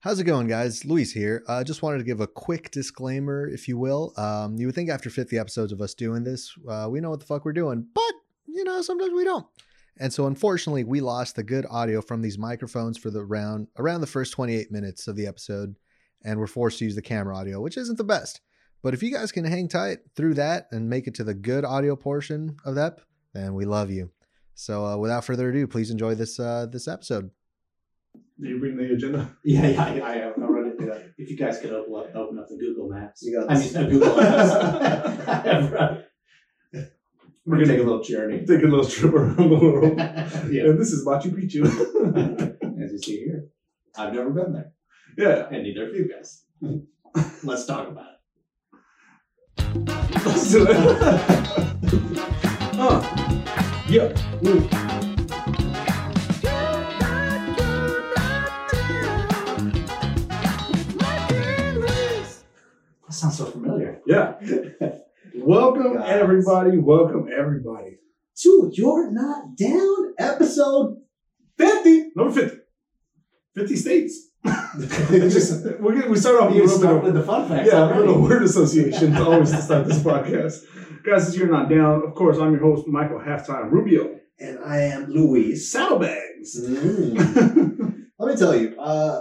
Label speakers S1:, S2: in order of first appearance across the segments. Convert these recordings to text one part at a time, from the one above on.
S1: How's it going, guys? Luis here. I uh, just wanted to give a quick disclaimer, if you will. Um, you would think after 50 episodes of us doing this, uh, we know what the fuck we're doing, but, you know, sometimes we don't. And so, unfortunately, we lost the good audio from these microphones for the round around the first 28 minutes of the episode, and we're forced to use the camera audio, which isn't the best. But if you guys can hang tight through that and make it to the good audio portion of that, then we love you. So, uh, without further ado, please enjoy this uh, this episode.
S2: Did you bring the agenda?
S3: Yeah, yeah, yeah. I already did that. If you guys could open up, open up the Google Maps.
S2: You got
S3: I mean,
S2: this.
S3: no, Google Maps. We're going to take a little journey.
S2: Take a little trip around the world.
S3: yeah.
S2: And this is Machu Picchu.
S3: As you see here, I've never been there,
S2: yeah.
S3: and neither of you guys. Let's talk about it.
S2: Let's do it. Huh. Yeah. Woo.
S3: That sounds so familiar.
S2: Yeah. Welcome,
S3: Guys.
S2: everybody. Welcome, everybody.
S3: To You're Not Down episode 50.
S2: Number 50. 50 states. Just, we're gonna, we start off with a little
S3: You
S2: bit
S3: start
S2: of
S3: with the fun facts.
S2: Yeah, a
S3: already.
S2: little word association to always to start this podcast. Guys, this you're not down. Of course, I'm your host, Michael Halftime Rubio.
S4: and I am Luis.
S2: Saddlebags.
S4: Mm.
S3: Mm-hmm.
S4: Let me tell you. Uh,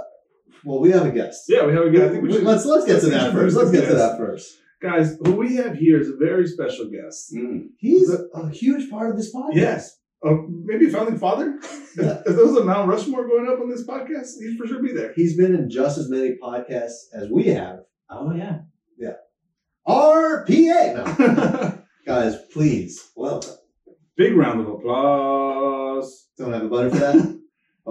S4: well, we have a guest.
S2: yeah, we have a guy. I think we should.
S4: let's let's get to
S2: let's
S4: that first. Let's get to that first.
S2: Guys, who we have here is a very special guest.
S3: Mm.
S4: He's a huge part of this podcast.
S2: Yes. Uh, maybe founding father. if, if there was a Mount Rushmore going up on this podcast, he'd for sure be there.
S4: He's been in just as many podcasts as we have.
S3: Oh, yeah.
S4: RPA. No. Guys, please. Well,
S2: Big round of applause.
S4: don't have a button for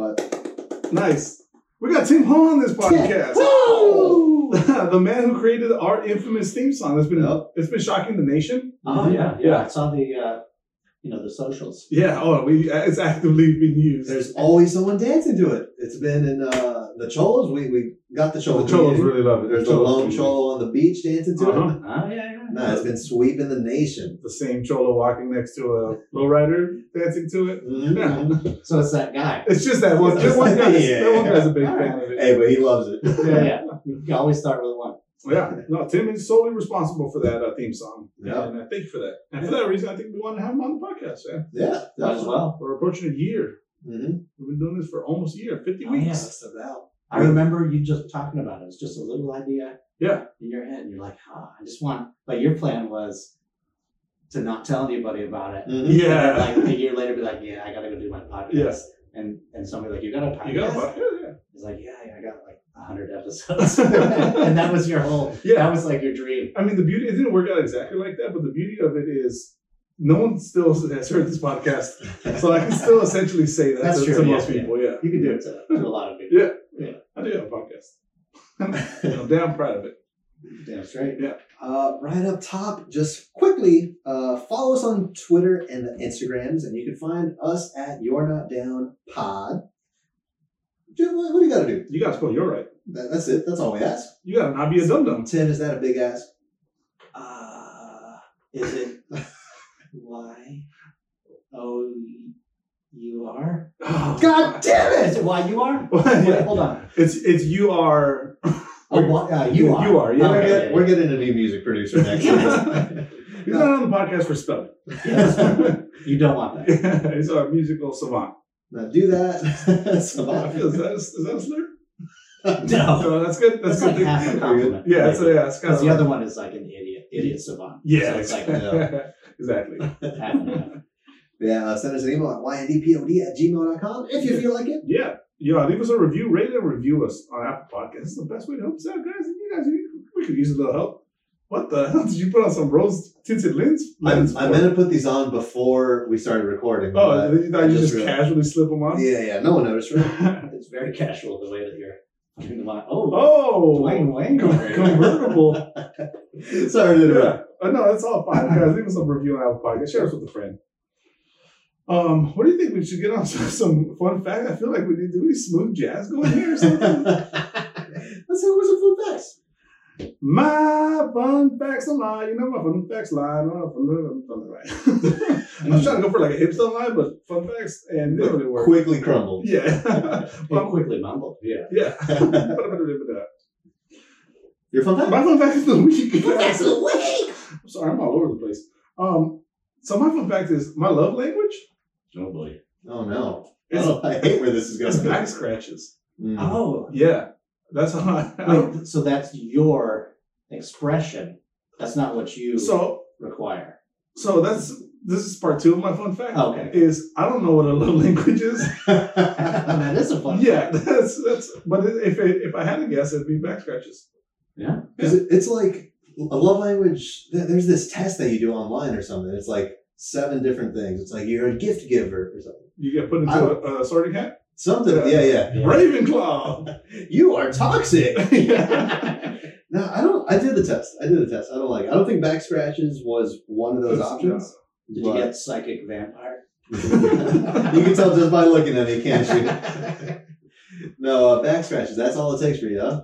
S4: that. But
S2: Nice. We got Tim Ho on this podcast.
S4: Woo!
S2: the man who created our infamous theme song. That's been
S4: Yep.
S2: it's been shocking the nation.
S3: Oh, yeah. Yeah.
S2: Yeah.
S3: I saw the, uh, you know, the socials.
S2: Yeah. Oh, we it's actively being used.
S4: there's always someone dancing to it. It's been in uh, the Cholos. We, we got the Cholo.
S2: the Cholos
S4: community.
S2: really love it.
S4: There's a lone Cholo on the beach dancing to
S2: Uh-huh.
S4: it.
S3: Oh, yeah, yeah.
S4: No, it's been sweeping the nation.
S2: The same Cholo walking next to a lowrider dancing to it.
S4: Mhm.
S2: Mm-hmm.
S3: So it's that guy.
S2: It's just that one.
S4: It's
S2: That one guy's,
S4: yeah.
S2: that one guy's a big
S3: All
S2: fan of it.
S4: Hey, but he loves it.
S3: Yeah, yeah. You can always start with one.
S2: Yeah, no, Tim is solely responsible for that uh, theme song.
S4: Yeah.
S2: And uh, thank you for that. And for that reason, I think we want to have him on the podcast, man.
S4: Yeah,
S3: Might as well.
S2: We're approaching a year.
S4: Mm-hmm.
S2: We've been doing this for almost a year, 50
S3: Oh,
S2: weeks.
S3: yeah.
S4: That's about.
S3: I remember you just talking about it. It was just a little idea
S2: Yeah.
S3: in your head. And you're like, ah, I just want, but your plan was to not tell anybody about it.
S4: Mhm.
S2: Mm. Yeah.
S3: And then, like a year later, be like, yeah, I got to go do my podcast.
S2: Yeah.
S3: And, and somebody like, you got a podcast?
S2: You got it, bud.
S3: It's like, yeah, yeah, I got like 100 episodes. and that was your whole,
S2: Yeah.
S3: that was like your dream.
S2: I mean, the beauty, it didn't work out exactly like that, but the beauty of it is no one still has heard this podcast. So I can still essentially say that
S3: That's
S2: to,
S3: true,
S2: to most
S3: yeah, yeah.
S2: people. Yeah.
S3: You can do it to, to a lot of people.
S2: Yeah. I do have a podcast. I'm damn proud of it.
S3: Damn straight.
S4: Uh, right up top, just quickly uh, follow us on Twitter and the Instagrams, and you can find us at You're Not Down Pod. Dude, what, what do you got to do?
S2: You got to spell your right.
S4: That, that's it. That's all we ask.
S2: You got to not be a dum dum.
S4: Tim, is that a big ask?
S3: Uh, is it Y O U R?
S4: God damn
S3: Is
S4: it!
S3: it Y U R? Wait,
S2: yeah.
S3: hold on.
S2: It's, it's you are.
S3: Oh, why- uh, you are.
S2: You are, yeah.
S4: We're,
S3: Okay.
S4: get- we're getting a new music producer next
S3: Yeah.
S4: year.
S2: He's not on the podcast for spelling.
S3: You don't want that.
S2: He's a musical savant.
S4: now do that.
S2: I
S4: Savant.
S2: feel, is, that a, is that a slur?
S3: No.
S2: No, that's good. That's,
S3: That's
S2: good.
S3: like half a compliment.
S2: yeah, it's, yeah, it's kind
S3: Because
S2: of
S3: the other one is like an idiot, idiot savant.
S2: Yeah,
S3: So it's like
S2: exactly.
S3: half
S4: Yeah.
S2: exactly.
S3: and half.
S4: yeah, uh, send us an email at yndpod at gmail.com if you feel like it.
S2: Yeah, yeah. Leave us a review, rate and review us on Apple Podcasts. This is the best way to help us out, guys. And you guys, you- we could use a little help. What the hell did you put on some rose tinted lens?
S4: I,
S2: lens
S4: I
S2: for?
S4: meant to put these on before we started recording.
S2: Oh, you
S4: I
S2: thought you
S4: just
S2: just
S4: realized.
S2: casually slip them on?
S4: Yeah, yeah, no one noticed, right?
S3: It's very casual the way that you're doing the line. Oh,
S2: oh,
S3: Dwayne Wayne.
S2: con- convertible.
S4: Sorry to interrupt.
S2: yeah. Uh, No, that's all fine, guys. Leave us a review on Apple Podcasts. Share us with a friend. Um, what do you think we should get on some, some fun fact? I feel like we need do we need smooth jazz going here or something.
S4: Let's hear what's some fun facts.
S2: My fun facts online. You know my fun facts line. Oh, fun, fun, fun, fun, right. I was trying to go for like a hipster line, but fun facts and it didn't really work.
S5: Quickly crumbled.
S2: Yeah.
S3: Well,
S2: Well,
S3: quickly mumbled. Yeah.
S2: yeah.
S5: Your fun fact?
S2: my fun fact is the week.
S5: week.
S2: I'm sorry, I'm all over the place. Um, so my fun fact is my love language
S3: Oh boy.
S5: Oh no.
S2: is
S5: Oh, I hate where this is
S2: is
S5: going.
S2: back scratches.
S4: Hmm.
S5: Mm.
S3: Oh.
S2: Yeah, that's how I. I don't-
S3: Wait, so that's your expression. That's not what you
S2: so
S3: require.
S2: so that's this is part two of my fun fact.
S3: Okay.
S2: Is I don't know what a love language is.
S3: that is a fun.
S2: yeah, that's that's. But if it, if I had to guess, it'd be back scratches.
S3: Yeah.
S5: 'Cause it- it's like a love language. th- There's this test that you do online or something. It's like seven different things. It's like you're a gift giver or something.
S2: You get put into
S5: I
S2: a, a sorting hat.
S5: Something.
S2: Yeah.
S5: Yeah, yeah.
S2: Ravenclaw.
S5: You are toxic.
S2: yeah.
S5: No, I don't. I did the test. I did the test. I don't like. It. I don't think back scratches was one of those
S2: That's-
S5: options.
S3: Did
S5: But-
S3: you get psychic vampire?
S5: you can tell just by looking at me, can't you? no, uh, back scratches. That's all it takes for you. Huh?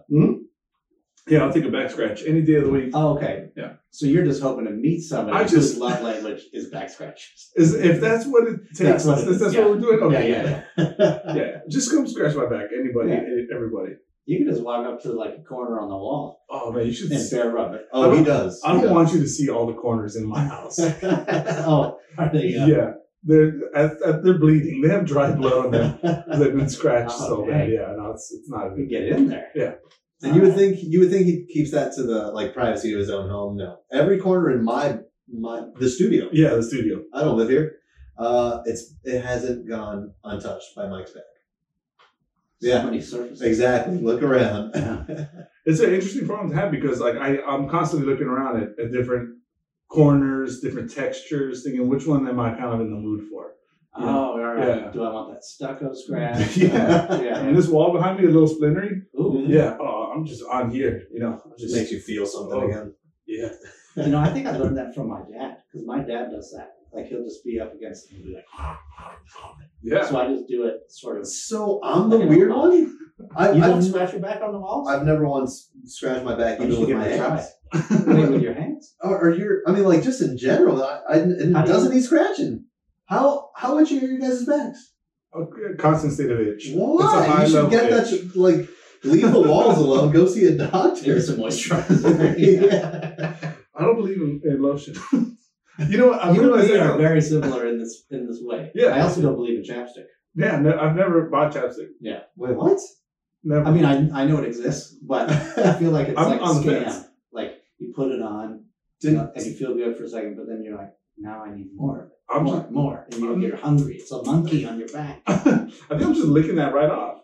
S2: Yeah, I'll take a back scratch any day of the week.
S3: Oh, okay.
S2: Yeah.
S3: So you're just hoping to meet somebody
S2: I just-
S3: whose love language is back scratches.
S2: Is if that's what it takes. That's
S3: That's
S2: what,
S3: what it is, yeah.
S2: we're doing.
S3: Yeah,
S2: Okay.
S3: yeah, yeah.
S2: yeah. Just come scratch my back. Anybody, everybody.
S3: You can just walk up to like a corner on the wall
S2: Oh man, you should.
S3: and bare rub it.
S5: Oh, he does.
S2: I don't want you to see all the corners in my house.
S3: Oh, are they?
S2: yeah.
S3: Uh,
S2: They're at, at, they're bleeding. They have dry blood on them. They've been scratched
S3: Oh,
S2: so bad.
S3: dang.
S2: Yeah, no, it's it's not a
S3: we
S2: good.
S3: get in there.
S2: Yeah.
S5: And
S3: Uh-huh.
S5: you would think you would think he keeps that to the like privacy of his own home. No, every corner in my my the studio.
S2: Yeah, the studio.
S5: I don't live here. Uh, it's it hasn't gone untouched by Mike's back.
S3: So
S5: Yeah,
S3: many surfaces.
S5: exactly. Look around.
S3: Yeah.
S2: It's an interesting problem to have because like I I'm constantly looking around at, at different corners, different textures, thinking which one am I kind of in the mood for.
S3: Oh, all right.
S2: Yeah.
S3: Do I want that stucco scratch?
S2: Yeah.
S3: yeah.
S2: And this wall behind me, a little splintery.
S3: Ooh.
S2: Yeah, oh, I'm just on here. You know, I'm
S5: Just
S2: just
S5: Mm-hmm. makes you feel something
S2: Oh.
S5: again.
S2: yeah.
S3: You know, I think I learned that from my dad because my dad does that. Like he'll just be up against it and be like,
S2: Yeah.
S3: so I just do it sort of.
S5: So I'm the weird one. I,
S3: You don't
S5: I've,
S3: scratch your back on the wall.
S5: I've never once scratched my back
S3: You
S5: even
S3: should
S5: with
S3: give
S5: my
S3: it a try.
S5: hands.
S3: Wait, with your hands?
S5: Or, or your, I mean, like just in general, I, I, it
S3: How do
S5: doesn't need scratching. How how much are your guys' backs?
S2: Okay, constant state of itch.
S5: Why?
S2: high
S5: You should
S2: level
S5: get that.
S2: itch.
S5: sh- Like, leave the walls alone. Go see a doctor.
S3: Give some moisturizer.
S5: yeah.
S2: I don't believe in, in lotion. you know what? I
S3: You and
S2: realized
S3: me
S2: that.
S3: are very similar in this in this way.
S2: Yeah.
S3: I also don't believe in chapstick.
S2: yeah, no, I've never bought chapstick.
S5: Wait, what?
S2: Never.
S3: I mean, I, I know it exists, but I feel like it's
S2: I'm
S3: like a
S2: on the
S3: scam.
S2: fence.
S3: Like you put it on, you
S5: Did,
S3: know, and you feel good for a second, but then you're like, now I need more, of it,
S2: I'm
S3: more,
S2: just,
S3: more, and you,
S2: I'm-
S3: you're hungry. It's a monkey on your back.
S2: I think I'm just licking that right off.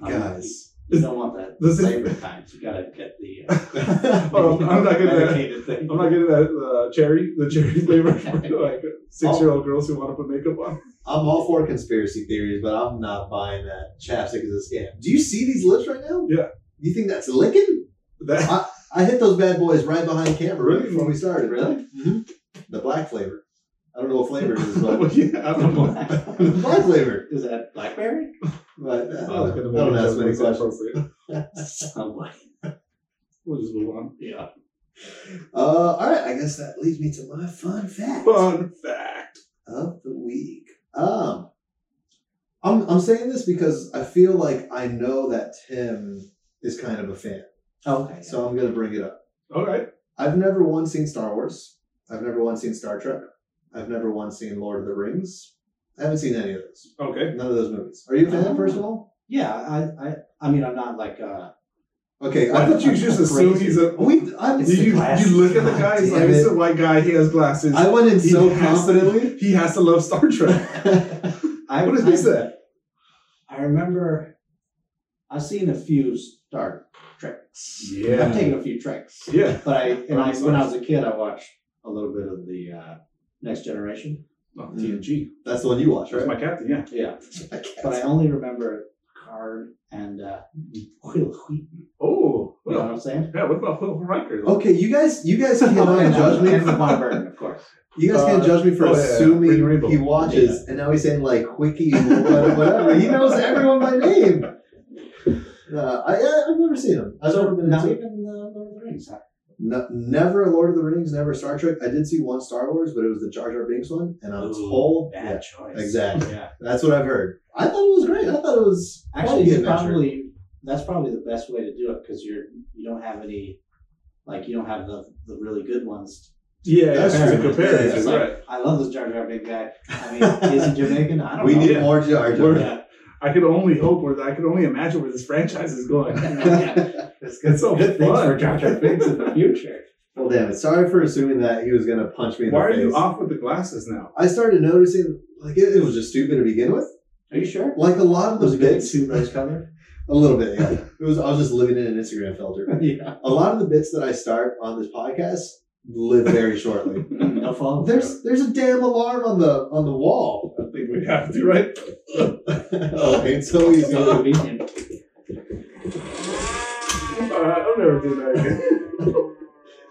S5: guys.
S3: You don't want that
S2: This is-
S3: flavor times. You gotta get the. Uh,
S2: Oh, I'm not getting that.
S3: medicated thing.
S2: I'm not getting that uh, cherry, the cherry flavor for like six year old girls who want to put makeup on.
S5: I'm all for conspiracy theories, but I'm not buying that chapstick is a scam. Do you see these lips right now?
S2: Yeah.
S5: You think that's licking?
S2: That,
S5: I hit those bad boys right behind camera right
S2: Really?
S5: before we started.
S3: Really?
S5: hmm The black flavor. I don't know what flavor it is,
S2: well,
S5: but
S2: yeah, I don't know.
S5: the black flavor.
S3: Is that blackberry?
S5: But uh, I
S2: I was gonna make
S5: don't,
S2: a joke,
S5: ask
S2: but
S5: many
S2: it's
S5: questions.
S2: inappropriate.
S3: Somewhat.
S2: We'll just move on.
S3: Yeah.
S5: Uh, all right, I guess that leads me to my fun fact
S2: Fun fact.
S5: of the week. Um, I'm I'm saying this because I feel like I know that Tim is kind of a fan,
S3: Oh, Okay. So
S5: so I'm gonna bring it up.
S2: All right.
S5: I've never once seen Star Wars. I've never once seen Star Trek. I've never once seen Lord of the Rings. I haven't seen any of those.
S2: Okay.
S5: None of those movies. Are you a fan,
S3: Oh.
S5: first of all?
S3: yeah, I, I I mean I'm not like uh
S5: Okay,
S2: Why
S5: I thought
S2: don't you
S5: you.
S2: just assume he's a?
S5: We, I,
S2: You, you look at the guy. He's
S5: God
S2: like,
S5: damn
S2: it's
S5: it.
S2: a white guy. He has glasses.
S5: I went in
S2: He
S5: so
S2: has to-
S5: confidently.
S2: He has to love Star Trek.
S3: I
S2: What
S3: I,
S2: is that?
S3: I remember I've seen a few Star Treks. I've taken a few treks.
S2: Yeah.
S3: But I and I when I was a kid I watched a little bit of the uh Next Generation.
S2: Oh,
S5: Mm.
S2: TNG.
S5: That's the one you watched,
S2: That's
S5: right?
S2: my captain. Yeah.
S3: Yeah.
S5: I
S3: But I
S5: can't.
S3: only remember Card and uh
S2: Mm-hmm.
S3: Will Wheaton.
S2: Oh.
S3: You know what
S2: Well.
S3: I'm saying?
S2: Yeah. What about Will Riker?
S5: Okay, you guys, you guys cannot
S3: and, uh,
S5: judge me
S3: and
S5: for
S3: Von Burton, of course.
S5: You guys can't
S2: Uh,
S5: judge me for
S2: oh, yeah, yeah. Green
S5: assuming
S2: Rainbow.
S5: he watches, and now he's saying like quickie, whatever. he knows everyone by name. Uh, I, I, I've never seen him. I've
S3: So
S5: never been
S3: not
S5: into
S3: even uh, Lord of the Rings. huh?
S5: No, never Lord of the Rings, never Star Trek. I did see one Star Wars, but it was the Jar Jar Binks one, and I'm told
S3: bad
S5: yeah,
S3: choice.
S5: exactly.
S3: Yeah.
S5: that's what I've heard. I thought it was great. I thought it was
S3: Actually,
S5: quite the
S3: you
S5: adventure.
S3: probably that's probably the best way to do it because you're you don't have any like you don't have the the really good ones.
S2: Yeah,
S5: That's
S2: that's a
S5: true.
S2: comparison,
S3: Yeah,
S2: right?
S3: I love this Jar Jar big guy. I mean, is he Jamaican? I don't
S5: we
S3: know.
S5: need
S2: Yeah.
S5: more Jar
S2: We're-
S5: Jar.
S3: Yeah.
S2: I could only hope, or I could only imagine where this franchise is going.
S3: It's
S2: It's so
S3: good things
S2: fun.
S3: for Jar Jar Binks in the future.
S5: well, damn it. Sorry for assuming that he was gonna punch me in
S2: Why are
S5: the face.
S2: you off with the glasses now?
S5: I started noticing like it, it was just stupid to begin with.
S3: Are you sure?
S5: Like a lot of
S3: Was
S5: the
S3: it good
S5: bits,
S3: too rose color?
S5: a little bit. Yeah, it was. I was just living in an Instagram filter.
S3: yeah.
S5: a lot of the bits that I start on this podcast live very shortly.
S3: No follow.
S5: There's there's a damn alarm on the on the wall.
S2: I think we have to, right?
S5: oh, it's so easy.
S3: so convenient.
S2: Alright, Uh, I'll never do that again.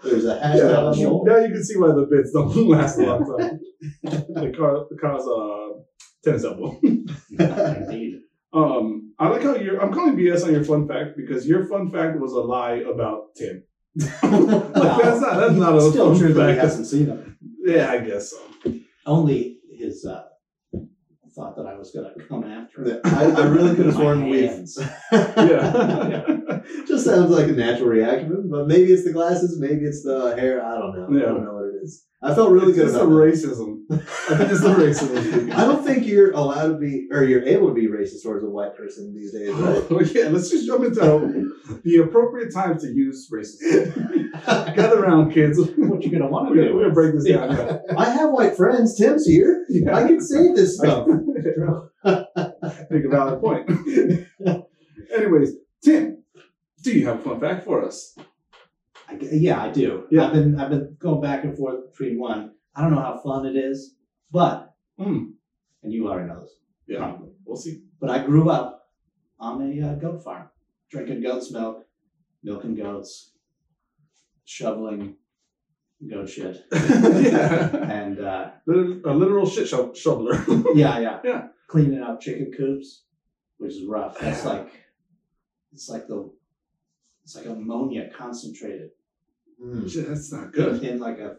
S5: There's a hashtag
S2: Yeah,
S5: on the wall.
S2: now you can see why the bits don't last a long time. the car, the car's uh, tennis elbow.
S3: Indeed.
S2: Um, I like how you're. I'm calling BS on your fun fact because your fun fact was a lie about Tim. Like that's not that's not a
S3: Still
S2: fun
S3: true that he
S2: fact.
S3: hasn't seen them.
S2: yeah, I guess so.
S3: only his uh, thought that I was going to come after him.
S5: I, I really could have sworn
S3: My
S5: we've.
S3: hands.
S2: Yeah.
S5: Just sounds like a natural reaction, but maybe it's the glasses, maybe it's the hair. I don't know. I
S2: Yeah.
S5: don't know what it is. I felt really
S2: it's
S5: good
S2: just the
S5: about that.
S2: racism. I think it's the racism.
S5: I don't think you're allowed to be, or you're able to be racist towards a white person these days, right?
S2: Oh, yeah, let's just jump into the appropriate time to use racism. Gather around, kids. We're
S3: What you going to want to
S2: gonna,
S3: do?
S2: we're gonna break this down. Yeah.
S5: I have white friends. Tim's here.
S2: Yeah.
S5: I can say this stuff.
S2: Make a valid point. Anyways, Tim, do you have a fun fact for us?
S3: I g- yeah, I do.
S2: Yeah.
S3: I've been I've been going back and forth between one. I don't know how fun it is, but
S2: Hmm.
S3: and you already know this.
S2: Yeah,
S3: probably.
S2: we'll see.
S3: But I grew up on a uh, goat farm, drinking goat's milk, milking goats, shoveling goat shit,
S2: yeah.
S3: and uh,
S2: Lit- A literal shit sho- shoveler.
S3: yeah, yeah,
S2: Yeah.
S3: Cleaning up chicken coops, which is rough. That's like it's like the it's like ammonia concentrated
S5: Mm.
S2: Shit, that's not
S3: in,
S2: good.
S3: in like a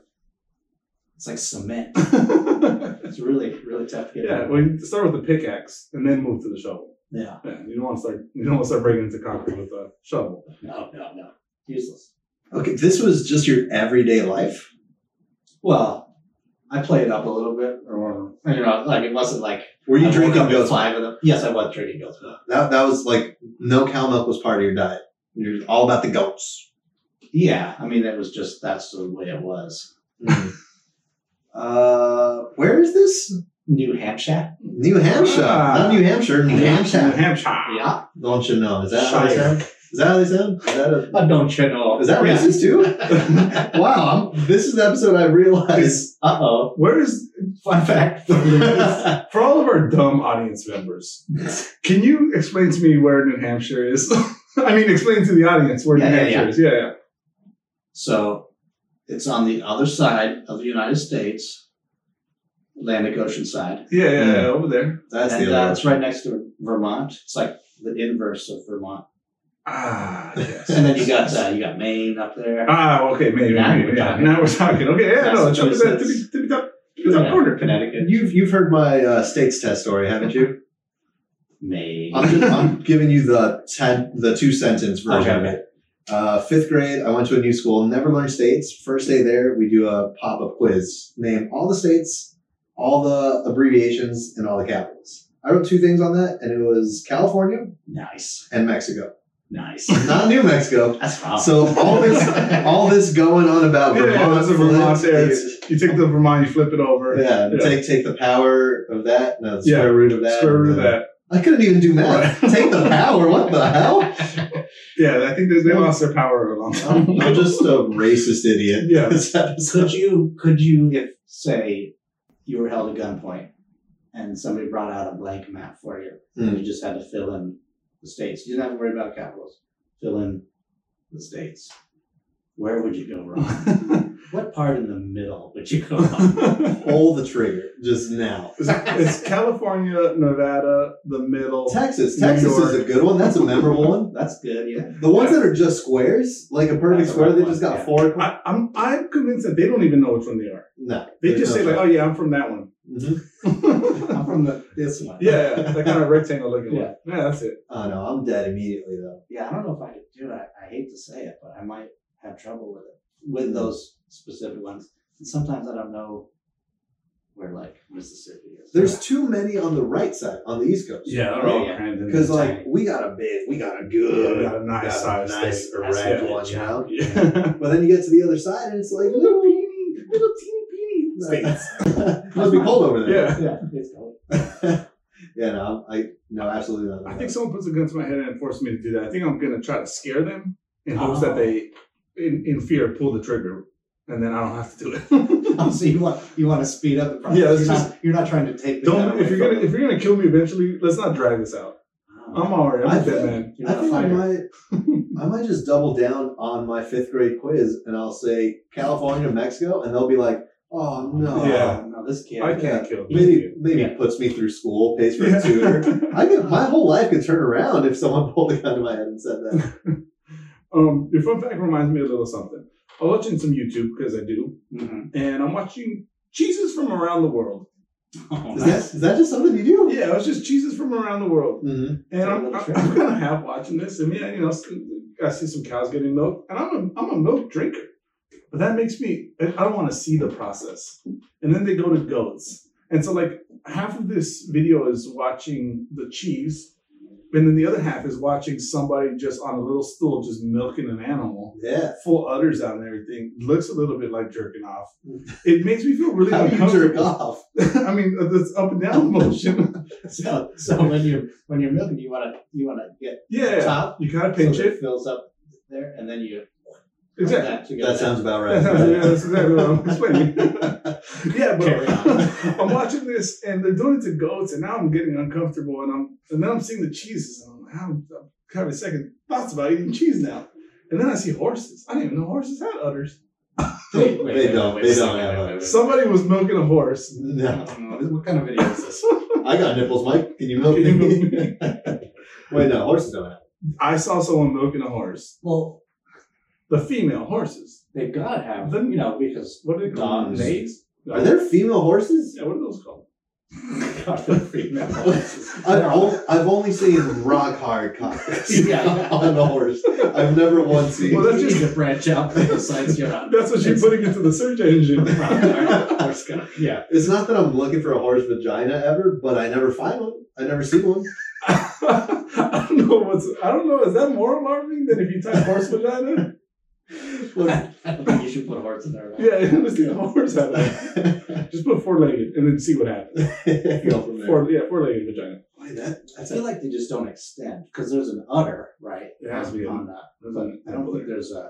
S3: it's like cement.
S2: yeah,
S3: It's really really tough to get. out.
S2: well, you start with the pickaxe and then move to the shovel.
S3: yeah.
S2: Yeah, you don't want to start. You don't want to start breaking into concrete with a shovel.
S3: No, no, no. Useless.
S5: Okay, this was just your everyday life.
S3: Well, I played up a little bit, or you know, like it wasn't like
S5: Were you
S3: I woke
S5: drinking
S3: up at
S5: ghost?
S3: five of them. Yes, I was drinking goat's milk.
S5: That that was like no cow milk was part of your diet. You're all about the goats.
S3: Yeah, I mean, it was just that's the way it was.
S2: Mm.
S5: uh, where is this?
S3: New Hampshire.
S5: New Hampshire,
S2: Ah.
S5: not New Hampshire. New
S2: New
S5: Hampshire.
S2: Hampshire.
S3: Yeah.
S5: Don't you know? Is that how they sound? Is that how they sound? Is that a,
S3: I don't you know?
S5: is that racist too? wow, I'm, this is the episode I realize.
S3: Uh oh.
S2: Where is
S3: Fun fact.
S2: for all of our dumb audience members? Can you explain to me where New Hampshire is? I mean, explain to the audience where
S3: Yeah,
S2: New
S3: yeah,
S2: Hampshire is. Yeah, yeah.
S3: So it's on the other side of the United States, Atlantic Ocean side.
S2: Yeah, yeah, yeah, over there.
S5: That's
S3: and
S5: the
S3: uh,
S5: other.
S3: it's right next to Vermont. It's like the inverse of Vermont.
S2: Ah, yes.
S3: And then you got uh, you got Maine up there.
S2: ah, okay, maybe,
S3: Now
S2: maybe,
S3: we're
S2: yeah.
S3: talking.
S2: Now we're talking. Okay, yeah, no, jump to that
S3: Massachusetts.
S2: tippy, tippy top, tippy top corner.
S3: Connecticut.
S5: You've you've heard my uh, states test story, haven't you?
S3: Maine.
S5: I'm, just, I'm giving you the ten, the two sentence version of
S3: Okay.
S5: it. Uh, fifth grade, I went to a new school, never learned states. First day there, we do a pop up quiz. Name all the states, all the abbreviations, and all the capitals. I wrote two things on that, and it was California
S3: nice.
S5: and Mexico,
S3: Nice.
S5: not New Mexico.
S3: That's awesome.
S5: So all this, all this going on about
S2: Yeah,
S5: Vermont,
S2: yeah, that's a Vermont.
S5: flip,
S2: Yeah,
S5: it's-
S2: it's- you take the Vermont, you flip it over.
S5: yeah,
S2: Yeah.
S5: take take the power of that, no, the square
S2: Yeah.
S5: root of that,
S2: Square root of
S5: and, uh,
S2: that.
S5: I couldn't even do math.
S2: Right.
S5: Take the power. What the hell?
S2: Yeah, I think they, they lost their power a long time.
S5: I'm, I'm just a racist idiot.
S2: Yeah.
S5: This
S3: um, could
S5: episode.
S3: you could you if say you were held at gunpoint and somebody brought out a blank map for you and you just had to fill in the states you didn't have to worry about capitals fill in the states Where would you go wrong? what part in the middle would you go wrong?
S5: Pull the trigger just now.
S2: it's, it's California, Nevada, the middle.
S5: Texas.
S2: New
S5: Texas
S2: York.
S5: is a good one. That's a memorable one.
S3: That's good, yeah.
S5: The ones that are just squares, like a perfect
S3: That's the
S5: square,
S3: right
S5: they just
S3: one,
S5: got
S3: yeah.
S5: four.
S2: I, I'm I'm convinced that they don't even know which one they are.
S5: No,
S2: They
S5: there's
S2: just
S5: no
S2: say like,
S5: try.
S2: "Oh yeah, I'm from that one."
S5: Mhm.
S2: yeah,
S3: I'm from the, this one.
S2: yeah, that kind of rectangle looking
S3: Yeah.
S2: one. Yeah, that's it.
S5: Oh no, I'm dead immediately though.
S3: Yeah, I don't know if I could do it. I, I hate to say it, but I might have trouble with it with those specific ones. And sometimes I don't know where like Mississippi is.
S5: There's too many on the right side on the East Coast.
S3: they're all
S2: kinds of
S5: because like we got a big, we got a
S2: good,
S5: good,
S2: got a nice
S5: got
S2: size,
S5: a nice
S2: thing.
S3: That's
S5: erect
S2: yeah.
S5: one now.
S2: Yeah.
S5: But then you get to the other side and it's like
S2: little peeny, little teeny peeny states.
S5: it must be cold over there.
S2: Yeah.
S3: yeah, it's cool.
S5: Yeah. no, I no, absolutely not.
S2: I think someone puts a gun to my head and forces me to do that. I think I'm gonna try to scare them in hopes that they, in, in fear, pull the trigger, and then I don't have to do it.
S3: Oh, so you want you want to speed up the process?
S2: Yeah,
S3: you're,
S2: it's
S3: not, you're not trying to take the gun
S2: don't
S3: away
S2: if you're
S3: from
S2: gonna if
S3: them.
S2: you're gonna kill me eventually, let's not drag this out. I'm already. I'm
S5: I
S2: a dead
S5: think-
S2: man.
S3: You're
S5: I
S3: not a
S5: think I
S3: fighter.
S5: might I might just double down on my fifth grade quiz and I'll say California, Mexico, and they'll be like, oh no.
S2: Yeah.
S3: no, this kid.
S2: I can't kill. this
S5: Maybe
S2: dude.
S5: maybe
S3: Yeah.
S5: puts me through school, pays for a tutor. I could, my whole life could turn around if someone pulled a gun to my head and said that.
S2: um, your fun fact reminds me a little something. I was watching some YouTube because I do,
S3: Mhm.
S2: and I'm watching cheeses from around the world.
S3: Oh,
S5: Is that, is that just something you do?
S2: Yeah, it was just cheeses from around the world.
S5: Mm-hmm.
S2: And
S3: Take a
S2: I'm,
S3: little
S2: I'm,
S3: trip.
S2: I'm kind of half watching this, and yeah, you know, I see some cows getting milk, and I'm a, I'm a milk drinker, but that makes me I don't want to see the process. And then they go to goats, and so like half of this video is watching the cheese, and then the other half is watching somebody just on a little stool just milking an animal,
S5: Yeah.
S2: full udders out and everything. Looks a little bit like jerking off. It makes me feel really
S5: How do you jerk
S2: uncomfortable.
S5: off?
S2: I mean, uh, this up and down motion.
S3: so so when you're when you're milking, you want to you want to get the
S2: Yeah,
S3: top,
S2: you kind of pinch
S3: so that
S2: it.
S3: fills up there, and then you
S2: Exactly.
S3: Like that, to get
S5: That sounds about
S2: Yeah,
S5: right.
S2: that's exactly what I'm explaining. yeah,
S3: Carry
S2: but
S3: on.
S2: I'm watching this and they're doing it to goats, and now I'm getting uncomfortable, and I'm and then I'm seeing the cheeses, and I'm like, I'm, I'm having second thoughts about eating cheese now. And then I see horses. I didn't even know horses had udders.
S3: Wait, wait,
S5: They
S3: wait,
S5: don't-
S3: wait,
S5: they
S3: wait,
S5: don't
S3: wait,
S5: have
S3: wait,
S5: that.
S3: wait, wait.
S2: Somebody was milking a horse.
S5: No.
S3: Mm, What kind of video is this?
S5: I got nipples, Mike. Can you milk
S2: Can you milk
S5: me? Wait, no, horses don't have.
S2: I saw someone milking a horse.
S3: Well,
S2: The female horses.
S3: they've got to have
S2: Then-
S3: you know because
S2: What are they called?
S3: Dogs.
S2: Nays?
S5: Are there female horses?
S2: Yeah, what are those called?
S3: God, they're female horses.
S5: I've, on- I've only seen rock hard cocks
S3: Yeah.
S5: on a horse. I've never once seen.
S2: Well,
S3: Well,
S2: that's
S3: that's
S2: just-
S3: to branch out from the sites you're on.
S2: That's what you're putting into the search engine.
S3: Horse guy. Yeah.
S5: it's not that I'm looking for a horse vagina ever, but I never find one. I never see one.
S2: I don't know what's. I don't know. Is that more alarming than if you type horse vagina?
S5: Look,
S3: I don't think you should put a horse in there.
S2: Yeah, let's see the horse out of Just put four legged and then see what happens.
S5: Go from there.
S2: Four, yeah, four legged vagina.
S5: Wait, that,
S3: I
S5: that's
S3: feel
S5: a,
S3: like they just don't extend because there's an udder, right?
S2: There has to be
S3: on
S2: an-
S3: that.
S2: there's
S3: But
S2: an
S3: I don't
S2: udder.
S3: think there's a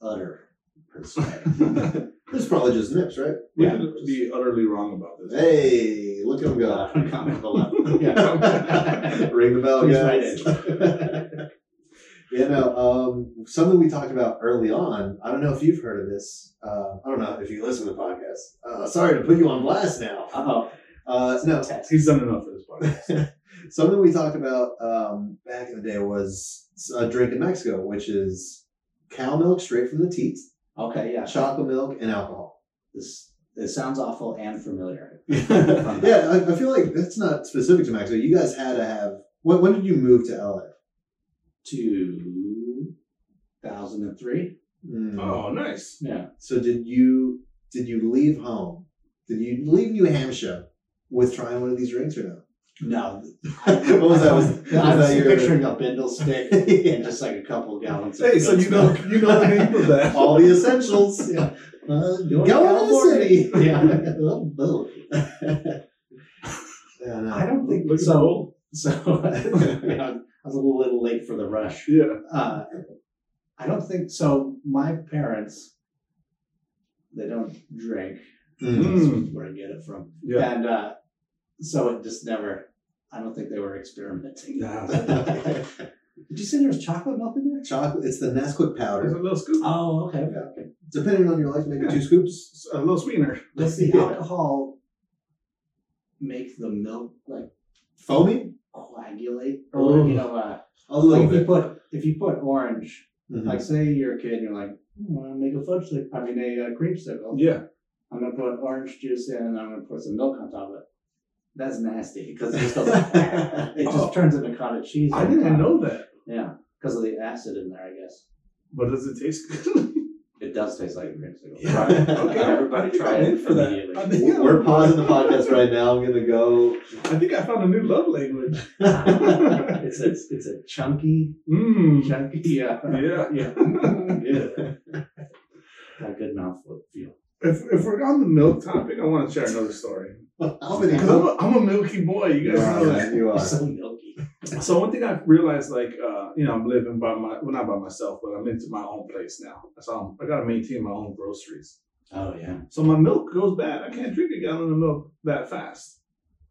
S3: udder per se.
S5: it's probably just nips, right?
S2: We
S3: Yeah.
S2: could be utterly wrong about this.
S5: Hey, look at him go.
S3: Uh, Uncomfortable level. Yeah.
S5: Ring the bell,
S3: Please
S5: guys. yeah, no. Um, something we talked about early on. I don't know if you've heard of this. Uh, I don't know if you listen to the podcast. Uh, sorry to put you on blast now.
S3: Oh,
S5: Uh, no,
S3: text.
S2: He's done enough for this podcast.
S5: something we talked about um, back in the day was a drink in Mexico, which is cow milk straight from the teat,
S3: Okay, yeah.
S5: chocolate milk, and alcohol.
S3: This it sounds awful and familiar.
S5: Yeah, I, I feel like that's not specific to Mexico. You guys had to have. When, when did you move to LA?
S3: Two thousand and three.
S5: Mm.
S2: Oh, nice.
S3: Yeah.
S5: So did you did you leave home? Did you leave New Hampshire with trying one of these drinks or no?
S3: No.
S5: What was that? Was-
S3: I'm
S5: was that your-
S3: picturing a bindle stick and
S5: Yeah.
S3: just like a couple gallons. of
S2: Hey, so
S3: goat's
S2: you know you know the name of that.
S5: All the essentials.
S3: Yeah. Uh,
S5: Go to the city.
S3: Yeah. Well, boo.
S5: Yeah, no.
S3: I don't think
S2: Look at
S3: so.
S2: Joel.
S3: So yeah, I was a little late for the rush.
S2: Yeah.
S3: Uh, I don't think so. My parents, they don't drink.
S5: Mm.
S3: That's where I get it from.
S2: Yeah.
S3: And uh, so it just never. I don't think they were experimenting.
S2: Nah.
S3: Did you say there was chocolate milk in there?
S5: Chocolate. It's the Nesquik
S2: There's a
S5: powder.
S2: little scoop,
S3: Oh, okay. okay, okay.
S5: Depending on your life, maybe
S2: Yeah.
S5: two scoops.
S2: a little sweetener.
S3: Does the
S5: Yeah.
S3: alcohol make the milk like
S5: Foamy?
S3: coagulate? Or
S2: Oh.
S3: you know, uh,
S5: A
S3: like
S5: little
S3: if you
S5: bit.
S3: put if you put orange,
S5: Mhm.
S3: like say you're a kid and you're like, "Hmm, I want to make a fudge stick. I mean a uh, creamsicle.
S2: Yeah.
S3: I'm gonna put orange juice in and I'm gonna put some milk on top of it. That's nasty because it just goes. it just
S2: Oh.
S3: turns into cottage cheese.
S2: I
S3: on
S2: didn't
S3: top.
S2: know that.
S3: Yeah, because of the acid in there, I guess.
S2: But does it taste good?
S3: It does taste like a creamsicle.
S2: Yeah.
S3: Try it.
S2: Okay. I
S3: Everybody
S2: think
S3: try
S2: I'm
S3: it
S2: in for that.
S3: immediately.
S2: I think-
S5: We're pausing the podcast right now. I'm gonna go.
S2: I think I found a new love language.
S3: It's a it's a chunky,
S2: Mmm.
S3: chunky. Uh,
S2: Yeah.
S3: yeah. Got a good mouthful feel.
S2: If, if we're on the milk topic, I want to share another story.
S5: How many?
S2: Because I'm a, I'm a milky boy. You guys know that.
S5: You
S3: It's
S5: are.
S3: so milky.
S2: So one thing I realized, like, uh, you know, I'm living by my, well, not by myself, but I'm into my own place now. So I'm, I gotta maintain my own groceries.
S3: Oh yeah.
S2: So my milk goes bad. I can't drink a gallon of milk that fast.